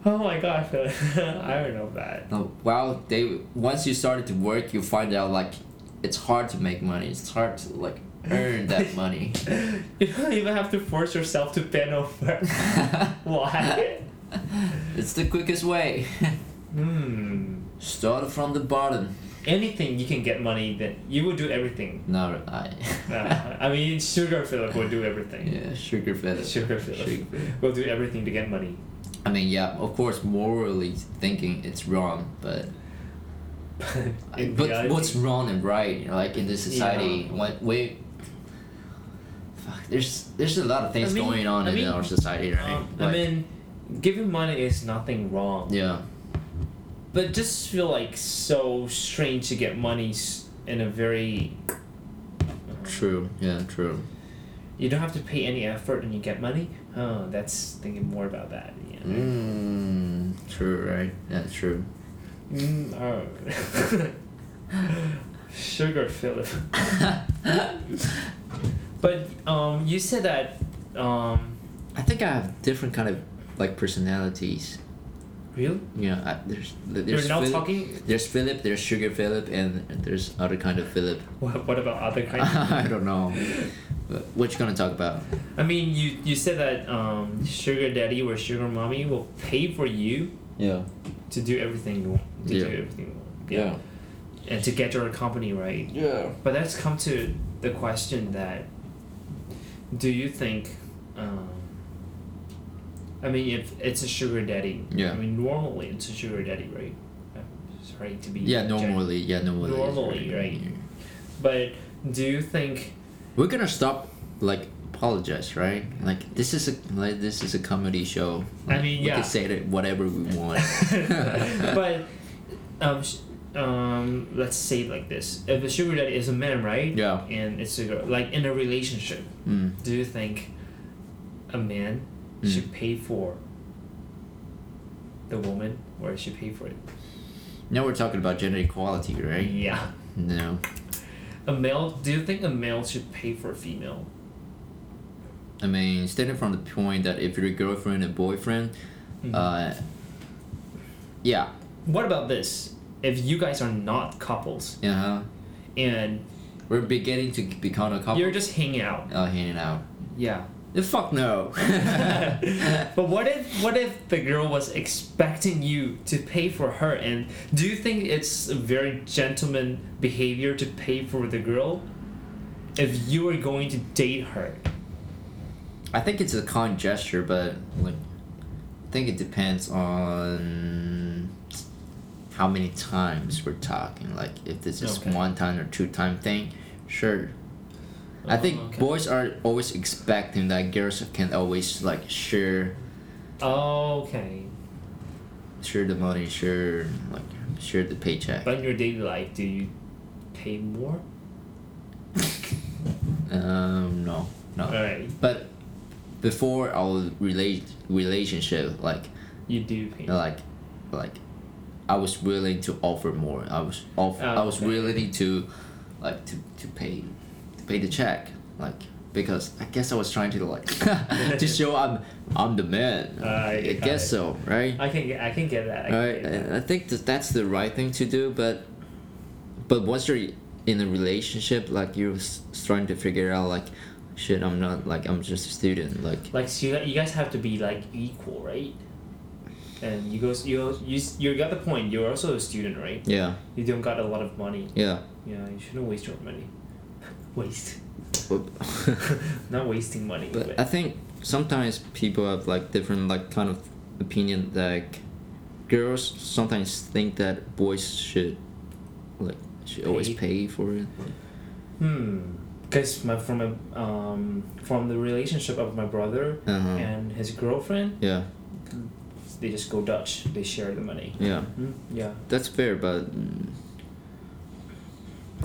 S1: oh my god, Philip. *laughs* I don't know that.
S2: No, well, they once you started to work, you find out like it's hard to make money. It's hard to like earn
S1: *laughs*
S2: that money. *laughs*
S1: You don't even have to force yourself to bend over.
S2: *laughs*
S1: Why?
S2: It's the quickest way. *laughs*
S1: Hmm.
S2: Start from the bottom.
S1: Anything you can get money, then you will do
S2: *laughs*
S1: everything.
S2: No, I. *laughs*
S1: Uh, I mean, Sugar Philip will do everything.
S2: yeah, sugar feather.
S1: Sugar Philip
S2: Sugar Philip.
S1: will do everything to get money. *laughs*
S2: I mean, yeah, of course, morally thinking it's wrong, but
S1: In
S2: but
S1: reality- Um,
S2: what's wrong and right? You know, like in this society,
S1: Yeah.
S2: when we. Fuck, there's there's a lot of things
S1: I mean-
S2: going on
S1: I
S2: in
S1: mean,
S2: our society, right?
S1: Um, I
S2: Like,
S1: mean, giving money is nothing wrong,
S2: yeah,
S1: but just feel like so strange to get money s- in a very.
S2: true. Yeah, true.
S1: You don't have to pay any effort and you get money. Oh, that's thinking more about that. Yeah.
S2: Mm, true, right? Yeah, true. *laughs*
S1: Mm, oh. *laughs* Sugar *laughs* Philip. but um, you said that um,
S2: I think I have different kind of like personalities.
S1: real.
S2: You know, I, there's
S1: You're
S2: there's
S1: now
S2: Philip,
S1: talking.
S2: there's Philip, there's Sugar Philip, and there's other kind of Philip.
S1: What, what about other kind?
S2: *laughs* I don't know. But what you gonna talk about?
S1: I mean, you you said that um, sugar daddy or sugar mommy will pay for you
S2: Yeah.
S1: to do everything you want, to
S2: Yeah.
S1: do everything you want. And to get your company right.
S2: Yeah.
S1: But that's come to the question that do you think um, I mean if it's a sugar daddy.
S2: Yeah.
S1: I mean normally it's a sugar daddy, right? Uh, Sorry to be
S2: Yeah,
S1: gen-
S2: normally, yeah, normally.
S1: Normally, right. But do you
S2: *laughs*
S1: think
S2: We're gonna stop like apologize, right? Like this is a like this is a comedy show.
S1: I
S2: Like,
S1: mean,
S2: we
S1: yeah.
S2: can say that whatever we
S1: *laughs*
S2: want. *laughs*
S1: but um sh- um let's say it like this. If a sugar daddy is a man, right?
S2: Yeah.
S1: And it's a girl like in a relationship,
S2: Mm.
S1: do you think a man
S2: Mm.
S1: should pay for the woman or should pay for it?
S2: Now we're talking about gender equality, right?
S1: Yeah.
S2: No.
S1: A male do you think a male should pay for a female?
S2: I mean, starting from the point that if you're a girlfriend and boyfriend,
S1: Mm-hmm.
S2: uh, yeah,
S1: What about this? If you guys are not couples
S2: uh huh.
S1: and
S2: We're beginning to become a couple.
S1: you're just hanging out.
S2: uh, hanging out.
S1: Yeah.
S2: The
S1: *laughs*
S2: fuck no. *laughs*
S1: but what if what if the girl was expecting you to pay for her and do you think it's a very gentleman behavior to pay for the girl if you were going to date her?
S2: I think it's a kind gesture, but like, I think it depends on how many times we're talking. Like, if this is
S1: Okay.
S2: one time or two time thing, sure. I think
S1: Oh, okay.
S2: boys are always expecting that girls can always like share,
S1: Okay.
S2: share the money, share like share the paycheck.
S1: But in your daily life do you pay more?
S2: um, no, no.
S1: Alright.
S2: But before our relate relationship, like
S1: You do pay
S2: you know, like like I was willing to offer more. I was off.
S1: Oh,
S2: I was
S1: okay.
S2: willing to like to, to pay to pay the check like because I guess I was trying to like *laughs*
S1: *laughs*
S2: to show I'm I'm the man.
S1: Uh,
S2: I guess so, right?
S1: I can get I can get that. I can
S2: right.
S1: get that.
S2: And I think that that's the right thing to do, but but once you're in a relationship, like you're s- starting to figure out like shit. I'm not like I'm just a student. Like
S1: Like so you, you guys have to be like equal, right? And you go you you you got the point. You're also a student, right?
S2: yeah,
S1: You don't got a lot of money.
S2: yeah.
S1: Yeah, you shouldn't waste your money. *laughs*
S2: *laughs*
S1: Waste.
S2: But-
S1: Not wasting money. But,
S2: But I think sometimes people have like different like kind of opinion. Like girls sometimes think that boys should like should always
S1: Pay.
S2: pay for it.
S1: hmm. Because my from my, um from the relationship of my brother
S2: Uh-huh.
S1: and his girlfriend,
S2: Yeah,
S1: they just go Dutch. They share the money.
S2: yeah,
S1: Hmm? Yeah.
S2: that's fair, but mm,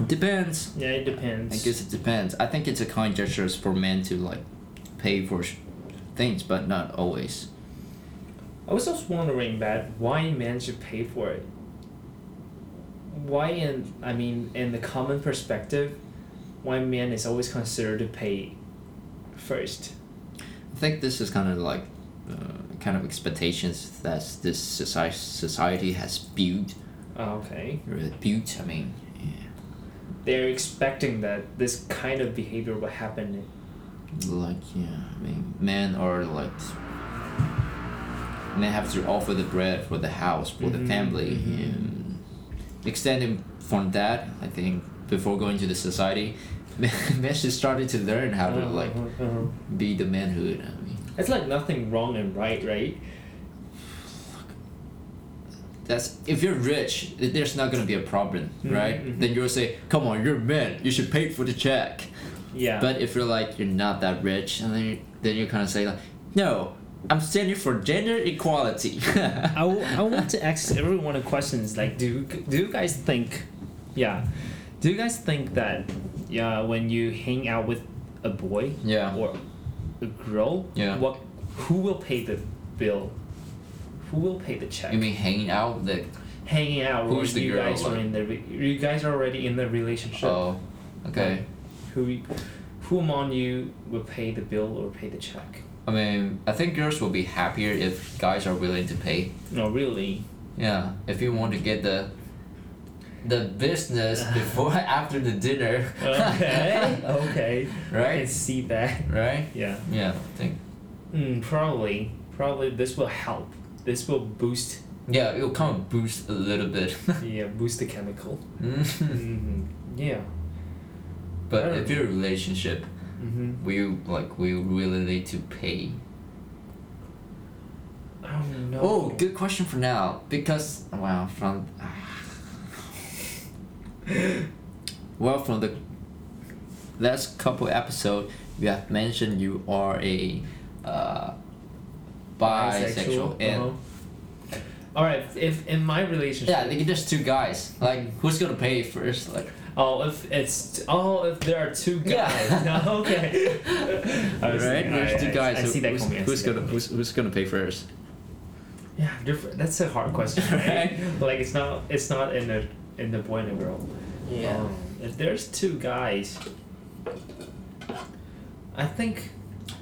S2: depends.
S1: Yeah, it
S2: I
S1: depends.
S2: guess it depends. I think it's a kind gesture for men to like pay for sh- things, but not always.
S1: I was just wondering that why men should pay for it. Why in I mean in the common perspective, why men is always considered to pay first.
S2: I think this is kind of like uh, kind of expectations that this society society has built
S1: Ah, Okay.
S2: Butte, I mean, yeah.
S1: They're expecting that this kind of behavior will happen.
S2: like yeah, I mean, men are like men have to offer the bread for the house for the
S1: Mhm,
S2: family.
S1: mhm.
S2: And extending from that, I think before going to the society, *laughs* men should started to learn how to like
S1: Uh-huh, uh-huh.
S2: be the manhood. I mean,
S1: It's like nothing wrong and right, right?
S2: that's if you're rich, th- there's not gonna be a problem,
S1: Mhm,
S2: right?
S1: mhm.
S2: Then you'll say, "Come on, you're men. You should pay for the check."
S1: Yeah.
S2: But if you're like you're not that rich, and then you, then you kind of say like, no, I'm standing for gender equality. *laughs*
S1: I, w- I want to ask everyone a question. It's like, do do you guys think, yeah, do you guys think that, yeah, when you hang out with a boy
S2: Yeah.
S1: or a girl,
S2: Yeah.
S1: what, who will pay the bill? Who will pay the check?
S2: You mean hanging out? Like,
S1: hanging out when
S2: Who's the
S1: you
S2: girl,
S1: guys are
S2: like-
S1: in the re- you guys are already in the relationship.
S2: oh, okay.
S1: Who who among you will pay the bill or pay the check?
S2: I mean, I think girls will be happier if guys are willing to pay.
S1: No, Oh, really. *laughs*
S2: Yeah, if you want to get the the business before *laughs* after the dinner. *laughs*
S1: Okay. okay. I can
S2: right.
S1: see that.
S2: Right.
S1: Yeah.
S2: Yeah. I think.
S1: Mm, probably. Probably this will help. This will boost.
S2: Yeah, it'll kind of boost a little bit. *laughs*
S1: yeah, boost the chemical.
S2: Mhm.
S1: hmm Yeah.
S2: but if you're in a relationship,
S1: Mm-hmm.
S2: will you like will you really need to pay?
S1: I don't know.
S2: Oh, good question for now because well from *sighs* well from the last couple episode you have mentioned you are a uh, bisexual, and
S1: uh-huh. All right. If in my relationship.
S2: yeah, like there's two guys. Like who's gonna pay first? Like
S1: Oh, if it's oh, if there are two
S2: Yeah.
S1: guys. *laughs* No,
S2: *laughs*
S1: okay. I was
S2: right?
S1: thinking,
S2: There's
S1: alright,
S2: two
S1: I-
S2: guys.
S1: I,
S2: so
S1: see that
S2: who's,
S1: coming. I
S2: who's
S1: see that
S2: gonna
S1: coming.
S2: who's, who's gonna pay first?
S1: Yeah, different. That's a hard question, right? like it's not. It's not in the in the boy and the girl. Um, if there's two guys, I think.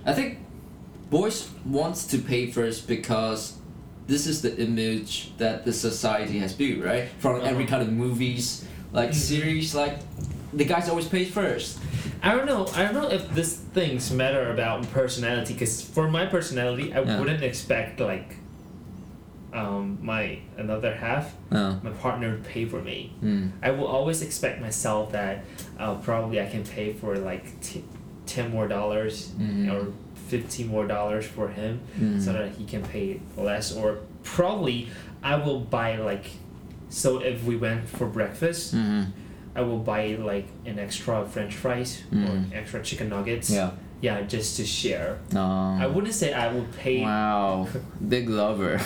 S2: I think boys wants to pay first because this is the image that the society has built, right? From every
S1: Uh-huh.
S2: kind of movies, like
S1: Mhm.
S2: series, like the guys always pay first.
S1: I don't know. I don't know if these things matter about personality. Because for my personality, I
S2: Yeah.
S1: wouldn't expect like, um, my another half,
S2: Oh.
S1: my partner, to pay for me.
S2: Mm.
S1: I will always expect myself that, uh, probably I can pay for like t- ten more dollars
S2: Mhm.
S1: or fifteen more dollars for him, so
S2: Mm.
S1: that he can pay less. Or probably I will buy like, so if we went for breakfast.
S2: Mm-hmm.
S1: I will buy like an extra French fries
S2: Mm.
S1: or extra chicken nuggets.
S2: Yeah.
S1: Yeah, just to share.
S2: Um,
S1: I wouldn't say I would pay.
S2: Wow, big
S1: *laughs*
S2: lover.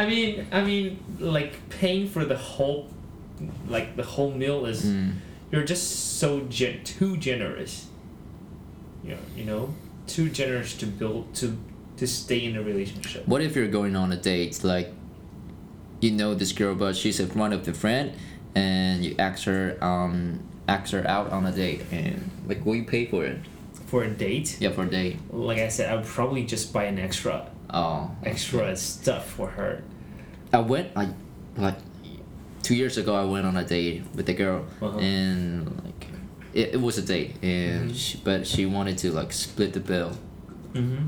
S1: I mean, I mean, like paying for the whole, like the whole meal is
S2: Mm.
S1: you're just so gen- too generous. You know, you know, too generous to build to to stay in a relationship.
S2: What if you're going on a date? Like, you know this girl, but she's a one of the friend, and you ask her, um, ask her out on a date, and like, will you pay for it?
S1: For a date,
S2: Yeah, for a date.
S1: like I said, I would probably just buy an extra
S2: Oh,
S1: extra stuff for her.
S2: I went like, like, two years ago. I went on a date with a girl,
S1: Uh-huh.
S2: and like, it, it was a date, and she, but she wanted to like split the bill.
S1: Mm-hmm.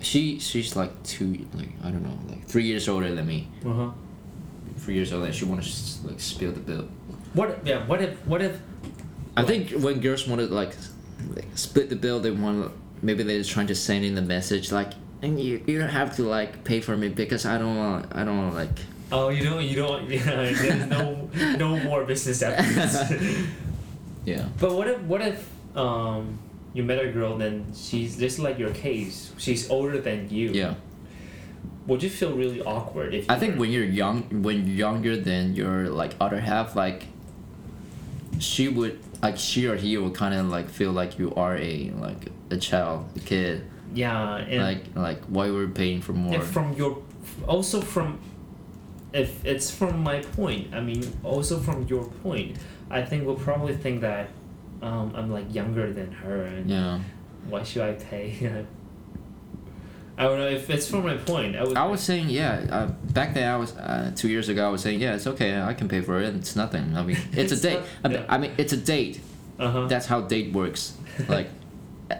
S2: She she's like two, like I don't know, like three years older than me.
S1: Uh huh.
S2: Three years older, and she wanted to like split the bill.
S1: What? Yeah. What if? What if?
S2: I think when girls want to like, s- like split the bill, they want to, maybe they're just trying to send in the message like, and you, you don't have to like pay for me because I don't want I don't want like
S1: Oh, you don't. You don't. *laughs* Yeah. There's no no more business after this. *laughs*
S2: yeah
S1: but what if? What if? Um, you met a girl, then she's just like your case. She's older than you.
S2: yeah.
S1: Would you feel really awkward if? You
S2: I think
S1: were-
S2: when you're young, when you're younger than your like other half, like she would like she or he would kind of like feel like you are a like a child, a kid,
S1: Yeah, and
S2: like like why we're paying for more.
S1: and from your, also from, if it's from my point, I mean, also from your point, I think we'll probably think that, um, I'm like younger than her, and
S2: yeah,
S1: why should I pay? *laughs* I don't know if it's from my point. I would.
S2: I was saying yeah. Uh, back then I was uh, two years ago. I was saying yeah, it's okay. I can pay for it. It's nothing.
S1: *laughs*
S2: I mean, it's,
S1: It's
S2: a date.
S1: not-
S2: I mean,
S1: yeah.
S2: I mean, it's a date.
S1: Uh huh.
S2: That's how date
S1: *laughs*
S2: works. Like,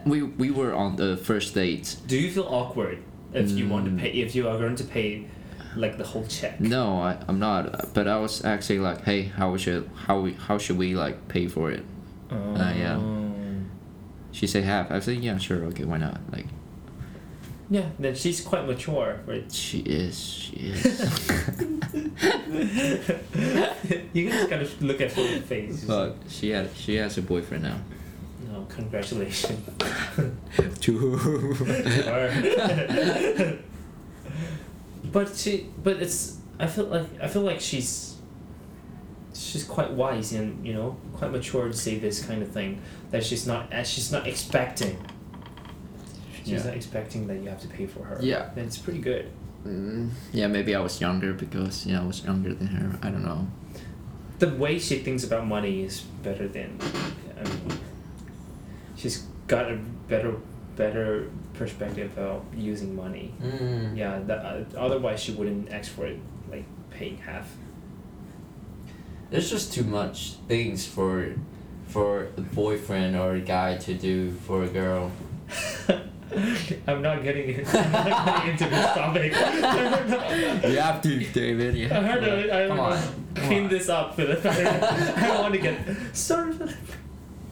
S2: we we were on the first date.
S1: Do you feel awkward if you want to
S2: Mm.
S1: pay if you are going to pay like the whole check?
S2: No, I, I'm not. But I was actually like, hey, how we should how we how should we like pay for it? Uh, yeah.
S1: Um,
S2: She said half. I said yeah, sure, okay, why not? Like
S1: Yeah. Then she's quite mature for it.
S2: she is, she is.
S1: *laughs* you just gotta look at her face.
S2: Look, she had she has a boyfriend now.
S1: No, congratulations. *laughs*
S2: Two.
S1: Or- but she but it's I feel like I feel like she's she's quite wise and you know quite mature to say this kind of thing that she's not as she's not expecting she's
S2: Yeah.
S1: not expecting that you have to pay for her
S2: Yeah.
S1: and it's pretty good
S2: *laughs* Mm, yeah, maybe I was younger because yeah, I was younger than her. I don't know.
S1: the way she thinks about money is better than I mean, she's got a better better perspective about using money
S4: Mm.
S1: Yeah, that, uh, otherwise she wouldn't ask for it, like paying half. *laughs*
S4: There's just too much things for for a boyfriend or a guy to do for a
S1: *laughs*
S4: girl.
S1: I'm not getting, in- *laughs* I'm not getting into this
S4: *laughs*
S1: topic. *laughs*
S2: You have to, David. You
S1: I heard
S2: have
S1: it. I
S4: Come
S1: wanna
S4: on, come
S1: clean
S4: on.
S1: this up for the *laughs* I want to get sorry.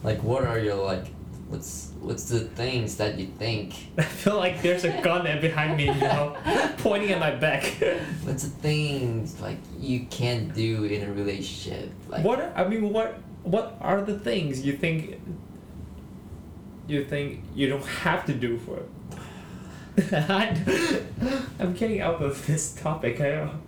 S4: Like what are your like what's what's the things that you think?
S1: *laughs* I feel like there's a gun behind me, you know, *laughs* pointing at my back. *laughs*
S4: What's the things like you can't do in a relationship? Like
S1: What are- I mean, what what are the things you think you think you don't have to do for *laughs* it? I'm getting out of this topic. I don't.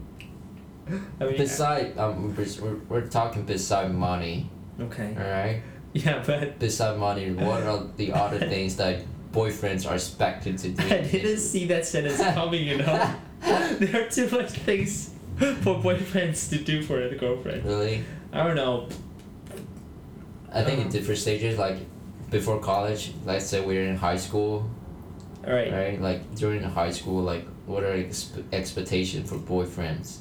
S1: I mean,
S4: beside um bes- we're, we're talking beside money,
S1: uh, okay.
S4: all right?
S1: Yeah, but *laughs*
S4: Beside money, what are the other things that boyfriends are expected to
S1: *laughs*
S4: do?
S1: I didn't see that sentence coming. You *laughs* know, there are too much things for boyfriends to do for the girlfriend.
S4: Really?
S1: I don't know.
S4: I think in
S1: Um,
S4: different stages, like before college, let's say we're in high school,
S1: All right.
S4: right? Like during high school, like what are exp- expectation for boyfriends?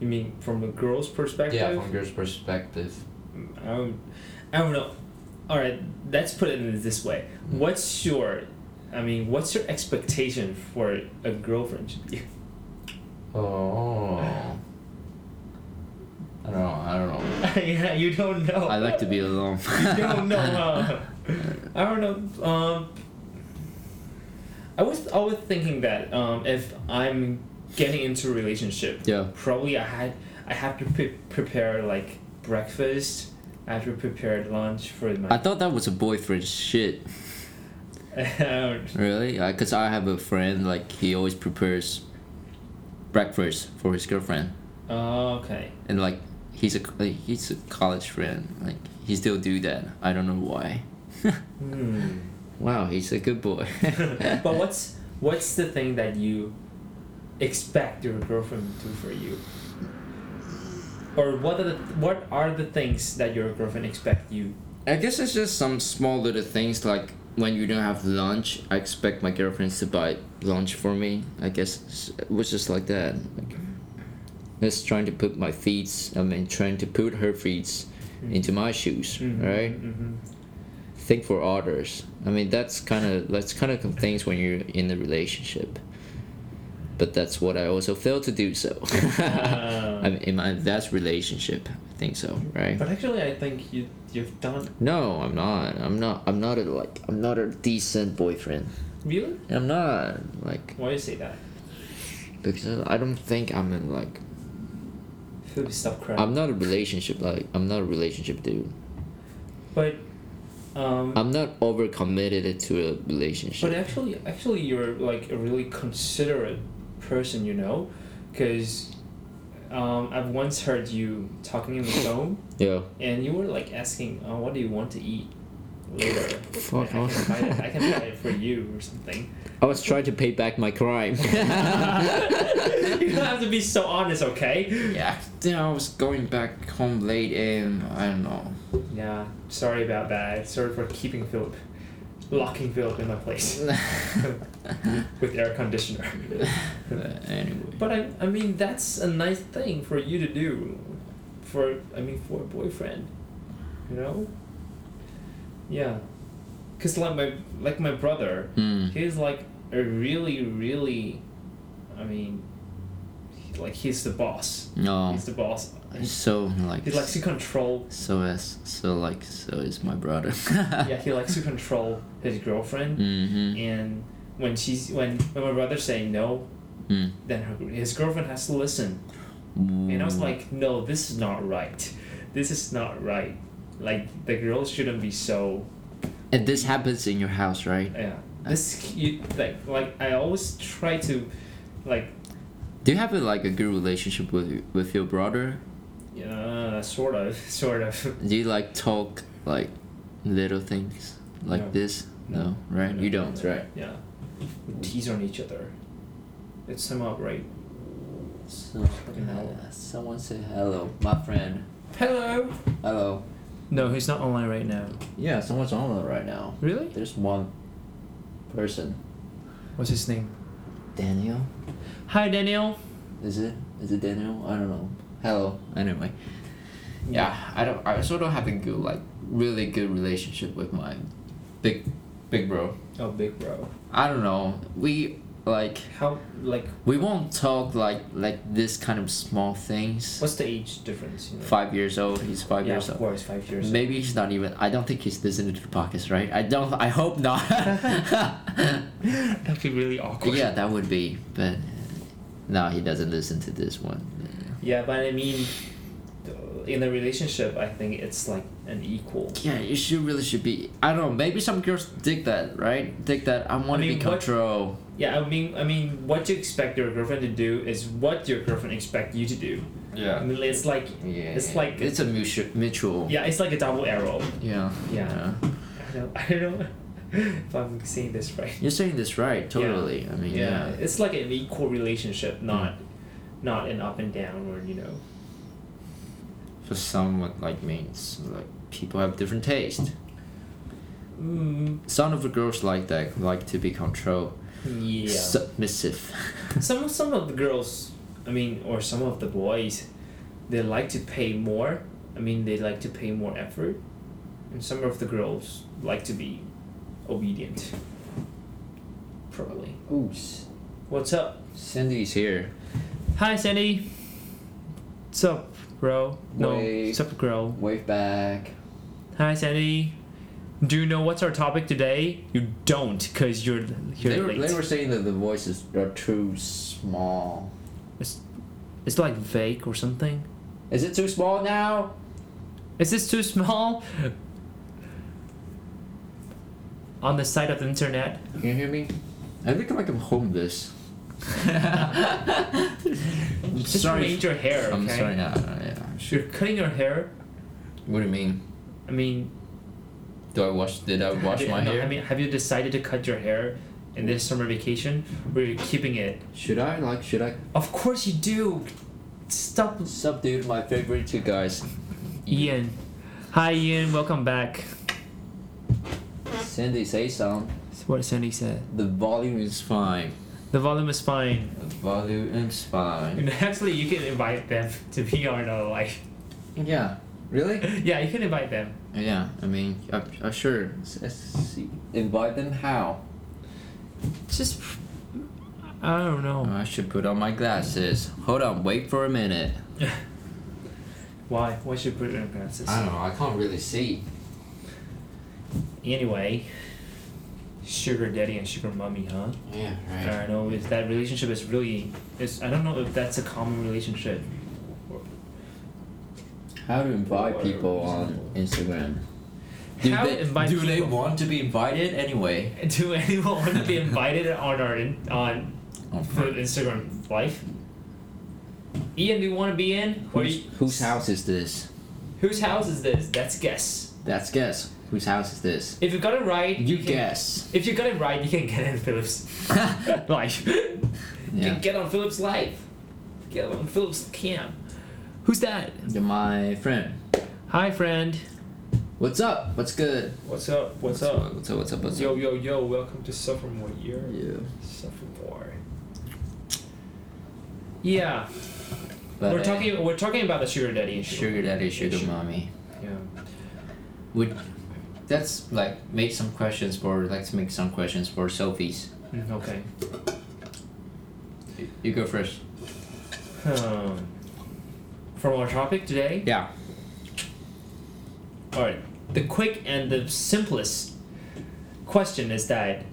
S1: You mean from a girl's perspective?
S4: Yeah, from girls' perspective.
S1: I don't, I don't know. All right, let's put it in this way. What's your, I mean, what's your expectation for a girlfriend *laughs* should be?
S5: Oh. I don't know. I don't know.
S1: yeah, you don't know.
S2: I like to be alone.
S1: *laughs* you don't
S2: *laughs*
S1: know. huh? I don't know. Um, I was always thinking that um, if I'm getting into a relationship,
S2: yeah.
S1: probably I had I have to pre- prepare like breakfast. I have to prepare lunch for
S2: I
S1: my.
S2: thought that was a boyfriend shit.
S1: *laughs*
S2: Really? Because I have a friend, like, he always prepares breakfast for his girlfriend.
S1: okay.
S2: And, like, he's a, like, he's a college friend. Like, he still do that. I don't know why. *laughs*
S1: Hmm.
S2: Wow, he's a good boy. *laughs*
S1: *laughs* but what's what's the thing that you expect your girlfriend to do for you? Or what are the what are the things that your girlfriend expect you?
S2: I guess it's just some small little things like when you don't have lunch, I expect my girlfriends to buy lunch for me. I guess it's- it was just like that. Like, just trying to put my feet, I mean, trying to put her feet into my shoes, Mm-hmm. right?
S1: Mm-hmm.
S2: Think for others. I mean, that's kind of that's kind of things when you're in a relationship. But that's what I also fail to do. So, *laughs*
S1: Uh.
S2: I mean, in my that's relationship, I think so, right?
S1: But actually, I think you you've done
S2: No, I'm not. I'm not. I'm not a like. I'm not a decent boyfriend.
S1: really.
S2: I'm not like
S1: Why do you say that?
S2: because I don't think I'm in like.
S1: Phoebe, stop crying.
S2: I'm not a relationship like. I'm not a relationship dude.
S1: but um,
S2: I'm not overcommitted to a relationship.
S1: But actually, actually, you're like a really considerate person, you know, because um, I've once heard you talking
S2: *laughs*
S1: in the phone,
S2: yeah.
S1: and you were like asking, uh, "What do you want to eat later?"
S2: Fuck
S1: I, I can
S2: off.
S1: buy it. I can buy it for you or something. *laughs*
S2: I was trying to pay back my crime.
S1: you don't have to be so honest, okay?
S2: yeah. Then I was going back home late and I
S1: *laughs*
S2: don't know.
S1: Yeah. Sorry about that. Sorry for keeping Philip, locking Philip in my place *laughs* with air
S2: *laughs*
S1: conditioner.
S2: But anyway.
S1: But I, I mean, that's a nice thing for you to do, for I mean, for a boyfriend, you know. Yeah, cause like my like my brother,
S2: Hmm.
S1: he's like a really really, I mean, he- like he's the boss.
S2: No.
S1: He's the boss.
S2: So like.
S1: He likes to
S2: *laughs*
S1: control.
S2: So is so like so is my brother. *laughs*
S1: yeah, he likes to control his girlfriend,
S2: Mm-hmm.
S1: and when she's when when my brother's saying no,
S2: Mm.
S1: then her, his girlfriend has to listen.
S2: Mm-hmm.
S1: And I was like, no, this is not right. This is not right. Like the girls shouldn't be so.
S2: And this happens in your house, right?
S1: Yeah. This you like like I always try to, like,
S2: Do you have a, like a good relationship with with your brother?
S1: uh, sort of, *laughs* sort of.
S2: Do you like talk like little things like
S1: No.
S2: this? No, right? You don't, right?
S1: Yeah. We tease on each other. It's somehow right.
S2: So,
S1: Fucking hell.
S2: someone say hello, my friend.
S1: Hello.
S2: Hello.
S1: No, he's not online right now.
S2: Yeah, someone's online right now.
S1: Really?
S2: There's one person.
S1: What's his name?
S2: Daniel.
S1: Hi, Daniel.
S2: Is it? Is it Daniel? I don't know. Hello. Anyway.
S1: Mm.
S5: Yeah, I don't. I also don't have a good like really good relationship with my big big bro.
S1: Oh, big bro.
S5: I don't know. We like
S1: How like
S2: We won't talk like like this kind of small things.
S1: what's the age difference? You know?
S2: Five years old. He's five
S1: Yeah,
S2: years
S1: of
S2: old.
S1: course, five years. old.
S2: Maybe he's not even. I don't think he's listening to the podcast, right? I don't. I hope not.
S1: *laughs* *laughs* That'd be really awkward.
S2: yeah, that would be. But uh, no, he doesn't listen to this one.
S1: Yeah, but I mean, in a relationship, I think it's like an equal.
S2: Yeah, you should really should be. I don't know. Maybe some girls dig that, right? Dig that. I want to
S1: mean,
S2: be
S1: what-
S2: control.
S1: Yeah, I mean, I mean, what you expect your girlfriend to do is what your girlfriend expect you to do. I
S5: yeah
S1: mean, it's like,
S5: yeah.
S1: it's like,
S2: It's a mutual. mutual.
S1: yeah, it's like a double arrow.
S2: Yeah.
S1: Yeah. I don't, I don't know *laughs* if I'm saying this right.
S2: You're saying this right. Totally. I mean, yeah.
S1: it's like an equal relationship, not, not an up and down or you know.
S2: For someone like me, it's like people have different taste.
S1: Mm,
S2: Some of the girls like that, like to be controlled,
S1: yeah.
S2: *laughs* submissive.
S1: some some of the girls i mean or some of the boys they like to pay more I mean, they like to pay more effort, and some of the girls like to be obedient. Probably.
S2: Ooh,
S1: What's up?
S3: Cindy's here.
S1: Hi, Sandy. What's up, bro? No,
S2: Wait.
S1: what's up, girl?
S2: wave back.
S1: Hi, Sandy. Do you know what's our topic today? You don't, cause you're you're
S2: They were,
S1: late.
S2: they were saying that the voices are too small.
S1: It's like vague or something.
S2: Is it too small now?
S1: Is this too small? On the side of the internet.
S2: Can you hear me? I think I'm like I'm homeless. I'm
S1: *laughs* Just
S2: sorry.
S1: arrange your hair, okay?
S2: I'm sorry. No, no, yeah.
S1: You're cutting your hair.
S2: What do you mean?
S1: I mean,
S2: Do I wash? Did I wash
S1: have you-
S2: my
S1: no, *laughs*
S2: hair?
S1: I mean, have you decided to cut your hair in this summer vacation, or you're keeping it?
S2: should I like? Should I
S1: Of course you do. Stop,
S2: subdued my favorite two guys?
S1: Ian. Hi, Ian. Welcome back.
S2: Cindy, say some.
S1: That's what Sandy said.
S2: The volume is fine.
S1: The volume is fine.
S2: The volume is fine.
S1: And actually, you can invite them to be on our life.
S2: Yeah. Really?
S1: *laughs* Yeah, you can invite them.
S3: Yeah, I mean, I, I sure.
S2: Invite them how?
S1: Just, I don't
S2: Oh,
S1: know.
S3: I should put on my glasses. Hold on, wait for a minute.
S1: Why? Why should put it in glasses?
S2: I don't know. I can't really see.
S1: Anyway, sugar daddy and sugar mommy, huh?
S2: Yeah.
S1: I
S2: Right.
S1: don't know if that relationship is really. Is I don't know if that's a common relationship. *laughs*
S2: How to invite
S1: Or-
S2: people on Instagram? Do
S1: How
S2: they,
S1: invite
S2: do they
S1: people?
S2: want to be invited anyway?
S1: Do anyone want to be invited on our in, on
S2: Oh,
S1: the Instagram life? Ian, do you want to be in? Or
S3: Whose,
S1: you-
S3: whose house is this?
S1: Whose house is this? That's guess.
S3: That's guess. Whose house is this?
S1: If you got it right,
S3: You
S1: can-
S3: guess.
S1: If you got it right, you can get in Philip's *laughs*
S3: *laughs*
S1: life. You
S3: Yeah.
S1: can get on Philip's life. Get on Philip's camp. Who's that?
S3: You're my friend.
S1: Hi, friend.
S3: What's up? What's good?
S1: What's up? What's up?
S3: What's up? What's up? What's
S1: Yo,
S3: up?
S1: yo, yo, welcome to Sophomore Year.
S3: Yeah.
S1: Sophomore. Yeah,
S3: But,
S1: we're
S3: uh,
S1: talking. We're talking about the sugar daddy issue.
S2: Sugar daddy, sugar mommy.
S1: Yeah.
S2: Would that's like make some questions for let's make some questions for Sophie's.
S1: Mm, Okay.
S2: You, you go first.
S1: Um, from our topic today.
S3: Yeah.
S1: All right. The quick and the simplest question is that: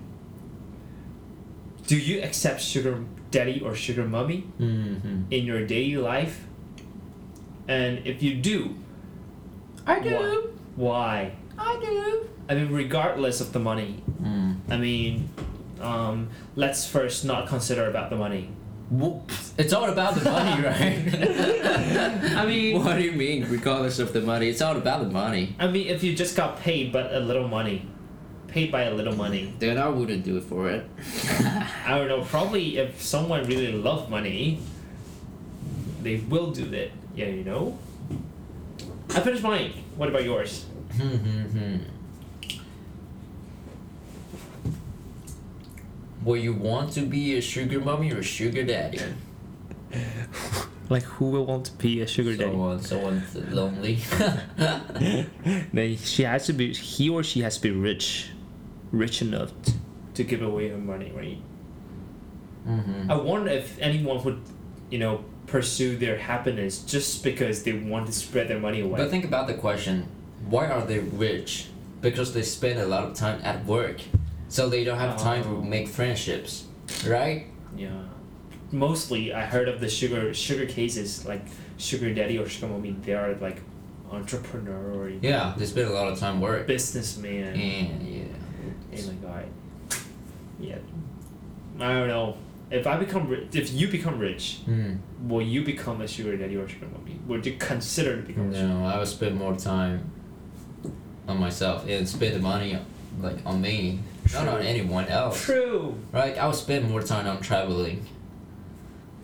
S1: Do you accept sugar daddy or sugar mummy?
S2: Mm-hmm.
S1: in your daily life? And if you do,
S3: I
S1: do. why?
S3: I do.
S1: I mean, regardless of the money.
S2: Mm.
S1: I mean, um, let's first not consider about the money.
S2: Whoop. It's all about
S3: *laughs*
S2: the money, right?
S1: I mean,
S3: What do you mean? Regardless of the money, it's all about the money.
S1: I mean, if you just got paid but a little money, paid by a little money,
S3: Then I wouldn't do it for it. *laughs*
S1: I don't know. Probably if someone really loved money, they will do that. Yeah, you know. I finished mine. What about yours?
S2: Mm-hmm, Will you want to be a sugar mommy or sugar daddy?
S1: Like, who will want to be a sugar
S2: Someone, someone's lonely. *laughs* Mm-hmm.
S1: They, she has to be he or she has to be rich, rich enough t- to give away her money. Right.
S2: mm-hmm.
S1: I wonder if anyone would, you know, pursue their happiness just because they want to spread their money away.
S2: But think about the question: Why are they rich? Because they spend a lot of time at work, so they don't have time to
S1: Oh.
S2: make friendships, right?
S1: yeah. Mostly, I heard of the sugar sugar cases like sugar daddy or sugar mommy. They are like entrepreneur or
S2: Yeah, they spend a lot of time work.
S1: businessman.
S6: Mm.
S2: And yeah,
S1: Oh my god. Yeah. I don't know. If I become rich, if you become rich,
S2: Hmm.
S1: will you become a sugar daddy or sugar mommy? Would you consider to become a sugar
S2: no, I would spend more time on myself and spend the money like on me, not on
S1: True.
S2: anyone else.
S1: Oh, True.
S2: Right, I would spend more time on traveling.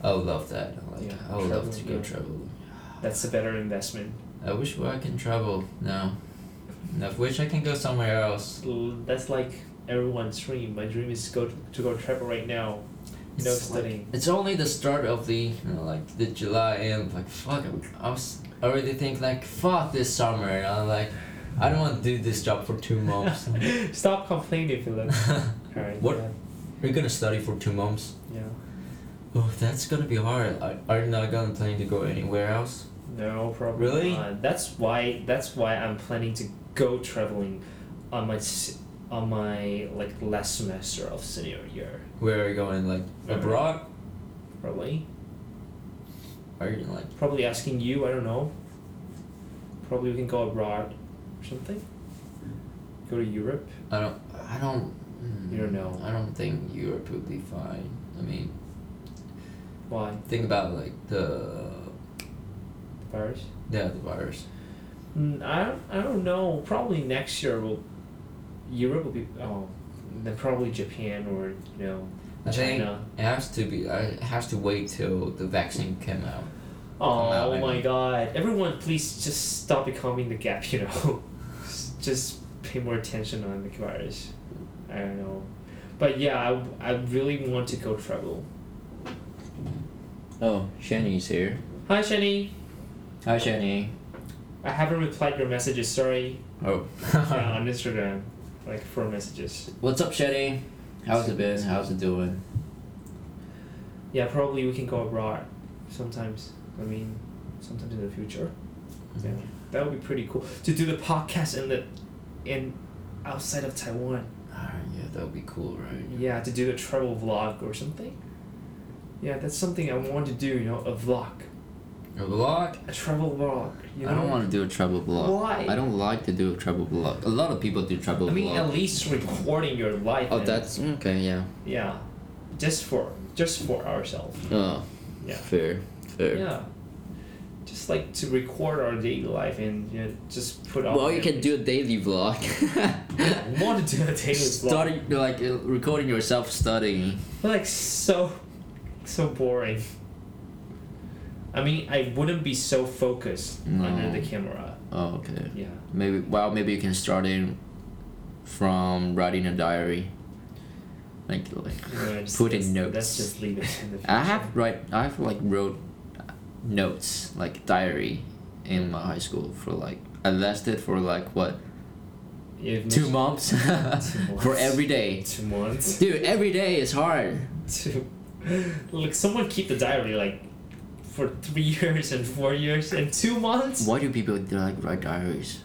S2: I would love that. Like,
S1: Yeah,
S2: I would love to go
S1: traveling, yeah.
S2: travel.
S1: That's a better investment.
S2: I wish I can travel now. And I wish I can go somewhere else.
S1: L- That's like everyone's dream. My dream is go to, to go travel right now. you know,
S6: It's like-
S1: studying.
S6: It's only the start of the you know, like the July and like fuck I was I already think like fuck this summer and I'm like I don't want to do this job for two
S1: *laughs*
S2: *laughs*
S6: months.
S1: Stop complaining,
S6: *laughs*
S1: Philip. Alright.
S6: What- We're gonna study for two months.
S1: Yeah. yeah.
S6: Oh, that's gonna be hard. Are, are you not gonna plan to go anywhere else?
S1: No, problem.
S6: Really?
S1: that's why. That's why I'm planning to go traveling, on my s- on my like last semester of senior year.
S6: Where are you going? Like
S1: Alright.
S6: abroad?
S1: Probably.
S6: Are you like
S1: Probably asking you. I don't know. Probably we can go abroad, or something. Go to Europe.
S6: I don't I don't. hmm,
S1: You don't know.
S6: I don't think Europe would be fine. I mean,
S1: Why?
S6: think about like the
S1: Paris.
S6: yeah the virus.
S1: Mm, I don't, I don't know. Probably next year will Europe will be oh then probably Japan or you know
S6: I think
S1: China.
S6: It has to be. I it has to wait till the vaccine came out.
S1: Oh
S6: Malawi.
S1: my god. Everyone please just stop becoming the gap, *laughs* you know. just pay more attention on the virus. I don't know. But yeah, I, I really want to go travel.
S2: Oh, Shani's here.
S1: Hi Shani.
S2: Hi, Shani.
S1: I haven't replied your messages, sorry.
S6: Oh.
S1: Uh,
S6: *laughs*
S1: on Instagram. Like four messages.
S2: What's up, Shani? How's it been? How's it doing?
S1: Yeah, probably we can go abroad sometimes. I mean, sometimes in the future. Yeah. That would be pretty cool. To do the podcast in the in outside of Taiwan.
S6: Alright, Ah, yeah, that would be cool, right?
S1: Yeah, to do a travel vlog or something. Yeah, that's something I want to do, you know, a vlog.
S6: A vlog?
S1: A travel vlog. You know?
S2: I don't want to do a travel vlog.
S1: Why?
S2: I don't like to do a travel vlog. A lot of people do travel
S1: I mean,
S2: vlog.
S1: at least recording your life.
S2: oh,
S1: and-
S2: that's okay. Yeah.
S1: Yeah. Just for just for ourselves.
S2: Oh,
S1: Yeah.
S2: fair, fair.
S1: Yeah. Just like to record our daily life and you know, just put out.
S2: Well, you
S1: there.
S2: can do a daily vlog. *laughs*
S1: *laughs* I want to do a daily vlog.
S2: Starting like uh, recording yourself studying.
S1: But, like so so boring. I mean, I wouldn't be so focused under
S2: No.
S1: the camera.
S2: Oh, okay.
S1: Yeah.
S2: Maybe well, maybe you can start in from writing a diary. Like, like
S1: You know, I just-
S2: Put in
S1: let's-
S2: notes.
S1: Let's just leave it in the future.
S2: I have write I have like wrote notes like diary in my high school for like I lasted for like what
S1: You've
S2: two months *laughs*
S1: *laughs*
S2: for
S1: months.
S2: every day.
S1: Two months.
S2: Dude, every day is hard.
S1: Two. Like someone keep the diary like for three *laughs* years and four years and two months.
S2: Why do people do, like write diaries?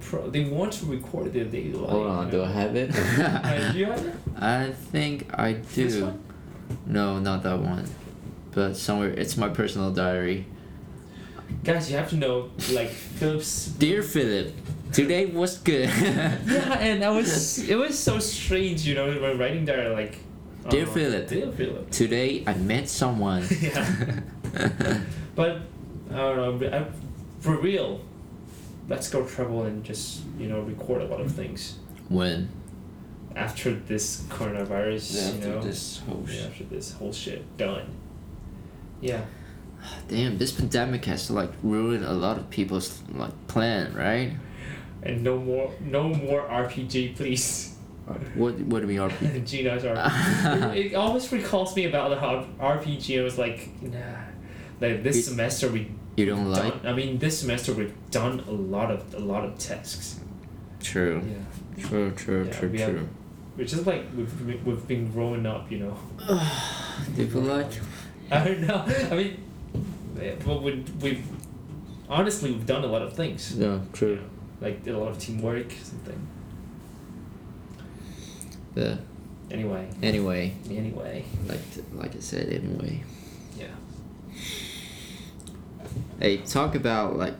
S1: Pro- they want to record their daily life.
S2: Hold on,
S1: you
S2: do
S1: know?
S2: I have it?
S1: Uh, do you have it?
S2: *laughs* I think I do.
S1: This one?
S2: No, not that one. But somewhere, it's my personal diary.
S1: Guys, you have to know like Philip's
S2: *laughs* Dear Philip, today was
S1: *laughs*
S2: good.
S1: yeah, and I was it was so strange, you know, when writing there like
S2: Dear
S1: uh,
S2: Philip.
S1: Dear Philip.
S2: Today I met someone.
S1: *laughs* yeah. But I don't know, but I, for real. Let's go travel and just, you know, record a lot of things
S2: *laughs* when?
S1: after this coronavirus, you know.
S2: this whole
S1: yeah, after this whole shit done. Yeah.
S2: Damn, this pandemic has like ruined a lot of people's like plan, right?
S1: And no more no more RPG, please. *laughs*
S2: What what do we are?
S1: Gina's
S2: *laughs*
S1: RPG. it, it always recalls me about the how RPG. I was like, nah. Like this
S2: It-
S1: semester we
S2: You don't like?
S1: done, I mean, this semester we've done a lot of a lot of tasks.
S2: True. True. True.
S1: Yeah,
S2: true.
S1: we have- *laughs*
S2: True.
S1: which is like we've we've been growing up, you know.
S2: People like.
S1: *laughs* I don't know. I mean, eh, but we we honestly we've done a lot of things.
S2: Yeah.
S1: You know, like did a lot of teamwork, something.
S2: Yeah.
S1: Anyway,
S2: Anyway,
S1: anyway,
S2: like like I said, anyway.
S1: yeah.
S2: Hey, talk about like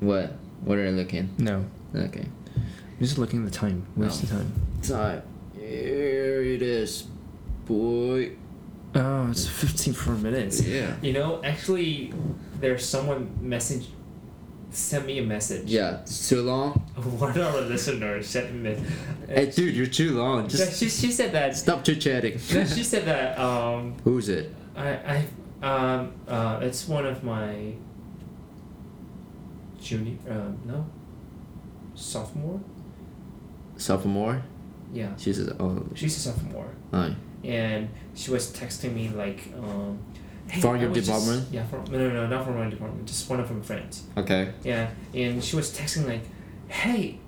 S2: what? What are you looking?
S1: No,
S2: Okay.
S1: I'm just looking at the time.
S2: Where's
S1: the time?
S2: Time. Here it is, boy.
S1: Oh, it's 15 four minutes.
S2: Yeah.
S1: You know, actually, there's someone message sent me a message.
S2: Yeah, it's too long.
S1: *laughs* One of our listeners sent me.
S2: Hey, dude, you're too long.
S1: Yeah,
S2: Just
S1: she, she said that.
S2: stop chit chatting.
S1: no, *laughs* she said that. Um,
S2: *laughs* Who's it?
S1: I, I, um, uh, it's one of my junior. Um, no, sophomore.
S2: Sophomore.
S1: Yeah,
S2: She's a, oh.
S1: she's a sophomore,
S2: Hi.
S1: and she was texting me like. Um, hey,
S2: From
S1: I
S2: your
S1: was just-
S2: department?
S1: yeah, from no, no, no, not from my department. Just one of her friends.
S2: Okay.
S1: Yeah, and she was texting like, "Hey,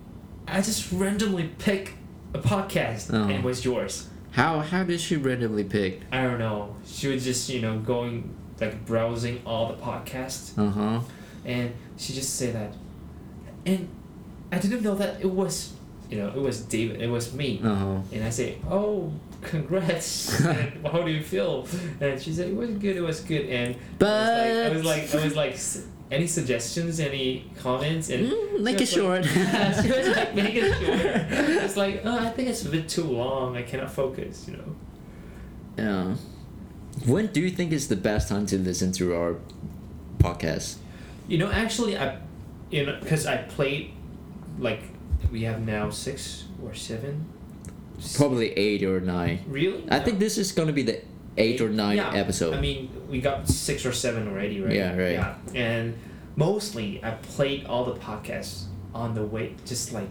S1: I just randomly pick a podcast,
S2: Oh.
S1: and it was yours.
S2: How how did she randomly pick?
S1: I don't know. She was just you know going like browsing all the podcasts,
S2: Uh huh.
S1: and she just said that, and I didn't know that it was you know it was David, it was me.
S2: Uh huh.
S1: And I say, "Oh,
S2: *laughs*
S1: congrats! *laughs* and how do you feel?" And she said, "It was good. It was good." And I was like, I was like, I was like, "S- any suggestions? Any comments? And
S2: Mm, make it
S1: she was *laughs*
S2: short.
S1: like- she was like, "Make it
S2: *laughs*
S1: short." It's like, oh, I think it's a bit too long. I cannot focus. You know.
S2: Yeah. When do you think is the best time to listen to our podcast?
S1: You know, actually, I, you know, because I played, like, we have now six or seven. S-
S2: Probably eight or nine.
S1: Really?
S2: I think this is gonna be the eight or nine
S1: yeah,
S2: episode.
S1: I mean, we got six or seven already, right?
S2: Yeah, right.
S1: Yeah, and mostly I played all the podcasts on the way, just like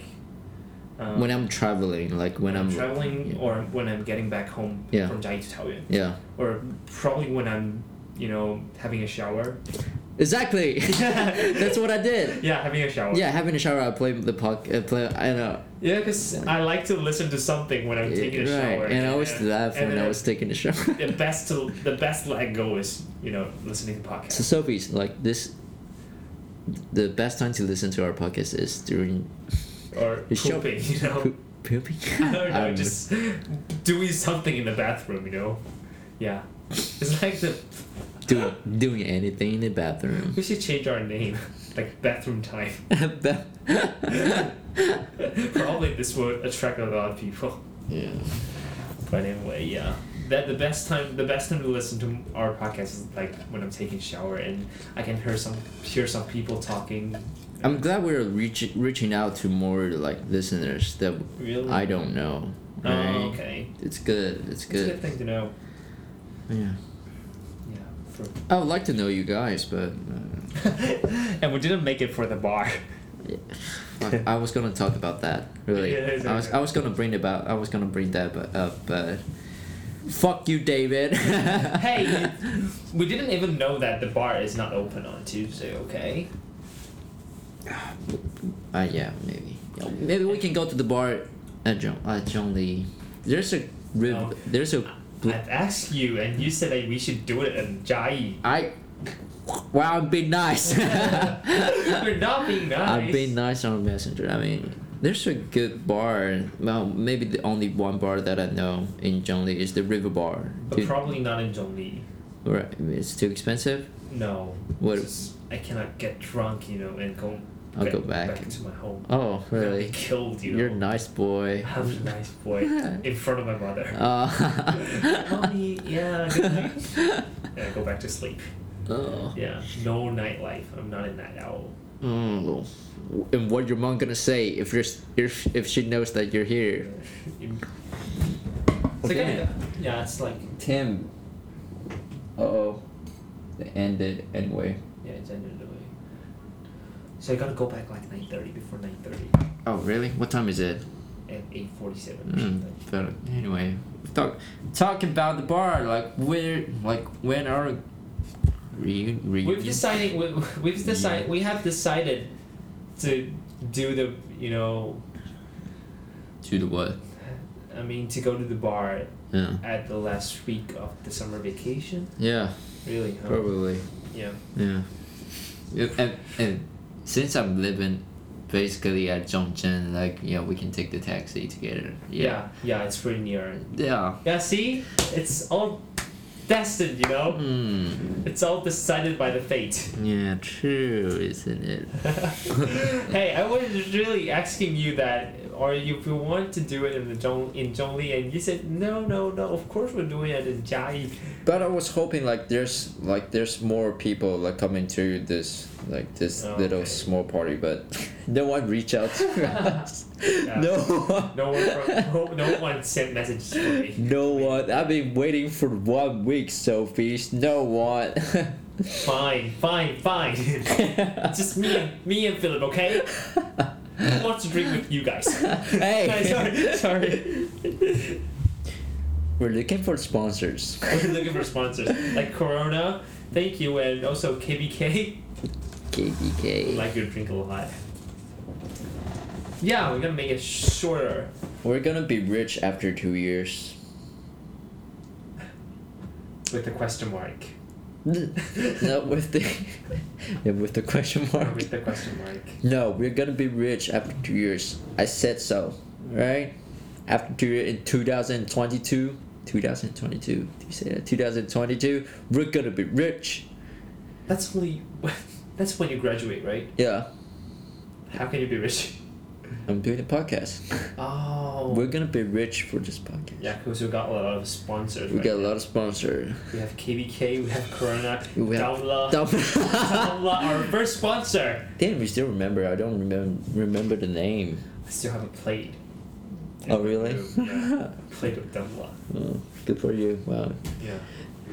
S1: um,
S2: when I'm traveling, like when I'm
S1: traveling oh.
S2: yeah.
S1: or when I'm getting back home
S2: Yeah.
S1: from Jai to Taoyuan,
S2: yeah.
S1: or probably when I'm, you know, having a shower. *laughs*
S2: Exactly. *laughs* That's what I did.
S1: Yeah, having a shower.
S2: Yeah, having a shower, I play the puck. Uh, play. I know.
S1: Yeah, because I like to listen to something when I'm taking a
S2: right,
S1: shower.
S2: and I always laugh
S1: and
S2: when
S1: then
S2: I was taking a shower.
S1: *laughs* The best to the best let go is you know listening to podcasts.
S2: *laughs* So Sophie's like this. The best time to listen to our podcast is during
S1: or
S2: It's show-
S1: pooping, *laughs* you know.
S2: poop, pooping.
S1: *laughs* I don't know,
S2: Um,
S1: just doing something in the bathroom, you know. Yeah, it's like the
S2: doing doing anything in the bathroom.
S1: *laughs*
S2: *laughs*
S1: we should change our name, like bathroom time. *laughs*
S2: Ba-
S1: Probably this would attract a lot of people.
S2: yeah.
S1: But anyway, yeah. That the best time the best time to listen to our podcast is like when I'm taking shower and I can hear some hear some people talking.
S2: I'm glad we're reach, reaching out to more like listeners that
S1: Really?
S2: I don't know.
S1: Oh,
S2: Right?
S1: okay.
S2: It's good. It's
S1: It's a
S2: good.
S1: good thing to know.
S2: Yeah.
S1: Yeah. For *laughs*
S2: I would like to know you guys, but
S1: and we didn't make it for the bar. *laughs*
S2: uh, I, I was gonna talk about that. Really,
S1: Yeah, it's
S2: I was
S1: okay.
S2: I was gonna bring about I was gonna bring that but up, but fuck you, David. *laughs*
S1: hey, we didn't even know that the bar is not open on Tuesday, okay?
S2: Uh, yeah, maybe. Yeah, Maybe we can go to the bar at John at John Lee. There's a rib,
S1: No.
S2: there's a
S1: I've asked you, and you said that we should do it in
S2: *laughs*
S1: Jai. *laughs*
S2: I. Wow, I'm being nice.
S1: We're not being nice.
S2: *laughs* I've been nice on Messenger. I mean, there's a good bar. Well, maybe the only one bar that I know in Zhongli is the River Bar.
S1: But
S2: Dude,
S1: probably not in Zhongli.
S2: right, it's too expensive.
S1: No.
S2: What-
S1: Just- I cannot get drunk, you know, and go.
S2: I'll go back.
S1: to my home.
S2: Oh,
S1: I'll be
S2: really?
S1: killed, you.
S2: You're a
S1: know.
S2: nice *laughs* boy.
S1: I'm a nice boy in front of my mother.
S2: Uh, *laughs*
S1: Mommy, yeah. Good night. and I go back to sleep.
S2: oh.
S1: Yeah. No nightlife. I'm not a night owl.
S2: Mm. And what your mom gonna say if you're s- if if she knows that you're here?
S1: It's like
S2: Okay.
S1: a- yeah, it's like
S2: Tim. Uh oh. They ended anyway.
S1: yeah, it's ended the way. So I gotta go back like nine thirty before nine thirty
S2: Oh really? What time is it?
S1: and eight forty seven or
S2: Mm,
S1: something.
S2: but anyway, talk talk about the bar. Like where? Like when are reun reunion?
S1: We've decided we, we've decided we have decided to do the you know
S2: to the what?
S1: I mean to go to the bar
S2: Yeah.
S1: at the last week of the summer vacation.
S2: Yeah.
S1: Really? Huh?
S2: Probably.
S1: Yeah.
S2: Yeah. Yeah, And, and since I'm living basically at Zhongzhen, like yeah, we can take the taxi together.
S1: yeah. Yeah. It's pretty near.
S2: Yeah.
S1: Yeah. See, it's all destined. You know,
S2: Hmm.
S1: it's all decided by the *laughs* fate.
S2: Yeah. True, isn't it?
S1: hey, I was really asking you that, or if you want to do it in the Zhong, in Zhongli, and you said no, no, no. Of course we're doing it in *laughs* Jiai.
S2: But I was hoping like there's like there's more people like coming to this like this
S1: Oh,
S2: little
S1: okay.
S2: small party, but *laughs* no one reached out to
S1: *laughs*
S2: us.
S1: Yeah.
S2: No one.
S1: No one, from, no, no one sent messages for me.
S2: No one. I've been waiting for one week, Sophie. No
S1: *laughs*
S2: one.
S1: Fine, fine, fine. Just me and me and Philip, okay? I want to drink with you guys.
S2: hey.
S1: sorry, sorry.
S2: *laughs* We're looking for sponsors.
S1: We're looking for sponsors like Corona. Thank you, and also KBK.
S2: KBK.
S1: Like your drink a lot. Yeah, we're gonna make it shorter.
S2: We're gonna be rich after two years. *laughs*
S1: with a question mark.
S2: Not with the, *laughs* yeah, with the question mark.
S1: With the question mark.
S2: No, we're gonna be rich after two years. I said so, right? After two years in 2022, 2022. Did you say that? 2022. We're gonna be rich.
S1: That's only. That's when you graduate, right?
S2: Yeah,
S1: How can you be rich?
S2: I'm doing a podcast.
S1: Oh.
S2: We're gonna be rich for this podcast.
S1: yeah, because we got a lot of sponsors.
S2: We
S1: right
S2: got a
S1: now.
S2: lot of sponsors.
S1: We have KBK. We have Corona.
S2: We have-
S1: Daula.
S2: *laughs* Damn,
S1: Daula, our first sponsor.
S2: we still remember. I don't remember remember the name.
S1: I still haven't played.
S2: Oh, really?
S1: Yeah. *laughs* Played with Daula.
S2: Oh, good for you. Wow.
S1: Yeah.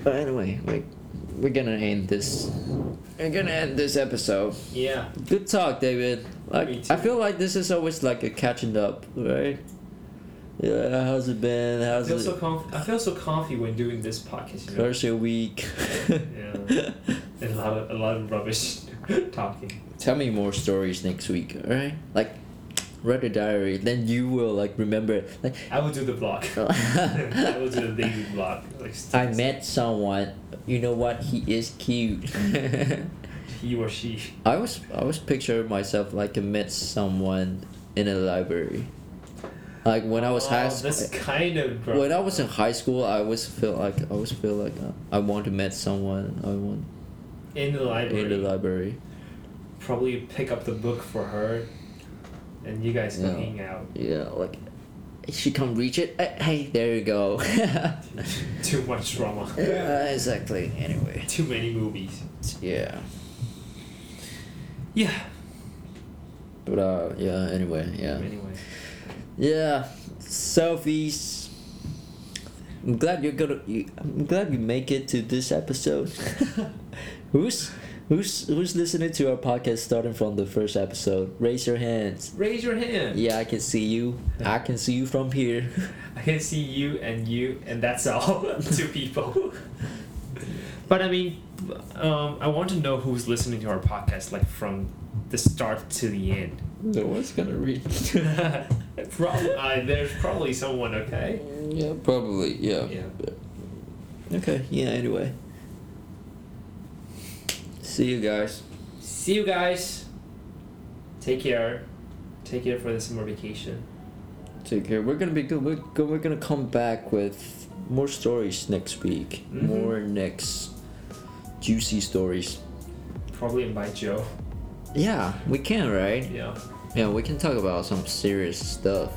S2: But anyway, like we're gonna end this. We're gonna end this episode.
S1: Yeah.
S2: Good talk, David.
S1: Me
S2: Like
S1: too.
S2: I feel like this is always like a catching up, right? Yeah, how's it been?
S1: I
S2: How's
S1: feel
S2: it?
S1: so comf- I feel so comfy when doing this podcast. You know?
S2: How's your week?
S1: Yeah. a lot of a lot of rubbish *laughs* talking.
S2: *laughs* Tell me more stories next week, alright? Like, write a diary, then you will like remember. Like,
S1: I will do the
S2: *laughs*
S1: blog. I will do the daily blog. Like
S2: I met someone. You know what? He is cute. *laughs*
S1: he or she.
S2: I was I was picturing myself like I met someone in a library. Like when I was high
S1: Oh, That's
S2: school.
S1: kind of gross.
S2: When I was in high school, I always feel like I always feel like uh, I want to meet someone. I want
S1: in the library,
S2: in the library.
S1: probably pick up the book for her, and you guys can
S2: Yeah.
S1: hang out.
S2: Yeah, like she can't reach it. Eh, Hey, there you go. yeah,
S1: *laughs* Too much
S2: *laughs*
S1: drama.
S2: exactly. Anyway,
S1: Too many movies.
S2: yeah.
S1: Yeah.
S2: But uh, yeah. Anyway, yeah.
S1: Anyway.
S2: Yeah, selfies. I'm glad you're gonna. You, I'm glad you make it to this episode. *laughs* who's who's who's listening to our podcast starting from the first episode? Raise your hands.
S1: Raise your hand.
S2: Yeah, I can see you. I can see you from *laughs* here.
S1: I can see you and you, and that's all. *laughs* Two people. but I mean, um, I want to know who's listening to our podcast, like from the start to the end. *laughs*
S2: No one's gonna *laughs* read.
S1: Probably, uh, there's probably someone, okay?
S2: yeah, probably.
S1: Yeah.
S2: Okay. Yeah. Anyway. See you guys.
S1: See you guys. Take care. Take care for the summer vacation.
S2: Take care. We're gonna be good. We're go- We're gonna come back with more stories next week.
S1: Mhm.
S2: More next juicy stories.
S1: Probably invite Joe.
S2: Yeah, we can, right?
S1: Yeah.
S2: Yeah, we can talk about some serious stuff.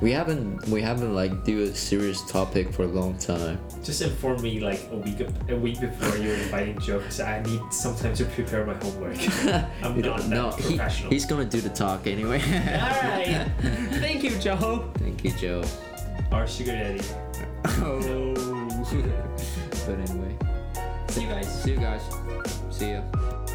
S2: We haven't we haven't like do a serious topic for a long time.
S1: Just inform me like a week a week before you're inviting Joe, because I need some time to prepare my
S2: *laughs*
S1: homework. I'm not
S2: You don't-
S1: that
S2: no, he-
S1: professional.
S2: he's gonna do the talk anyway.
S1: All right. Thank you, Joe.
S2: *laughs* Thank you,
S1: *laughs*
S2: Joe.
S1: Our sugar daddy.
S2: Oh. but anyway,
S1: *laughs* See you guys.
S2: see you guys. See ya.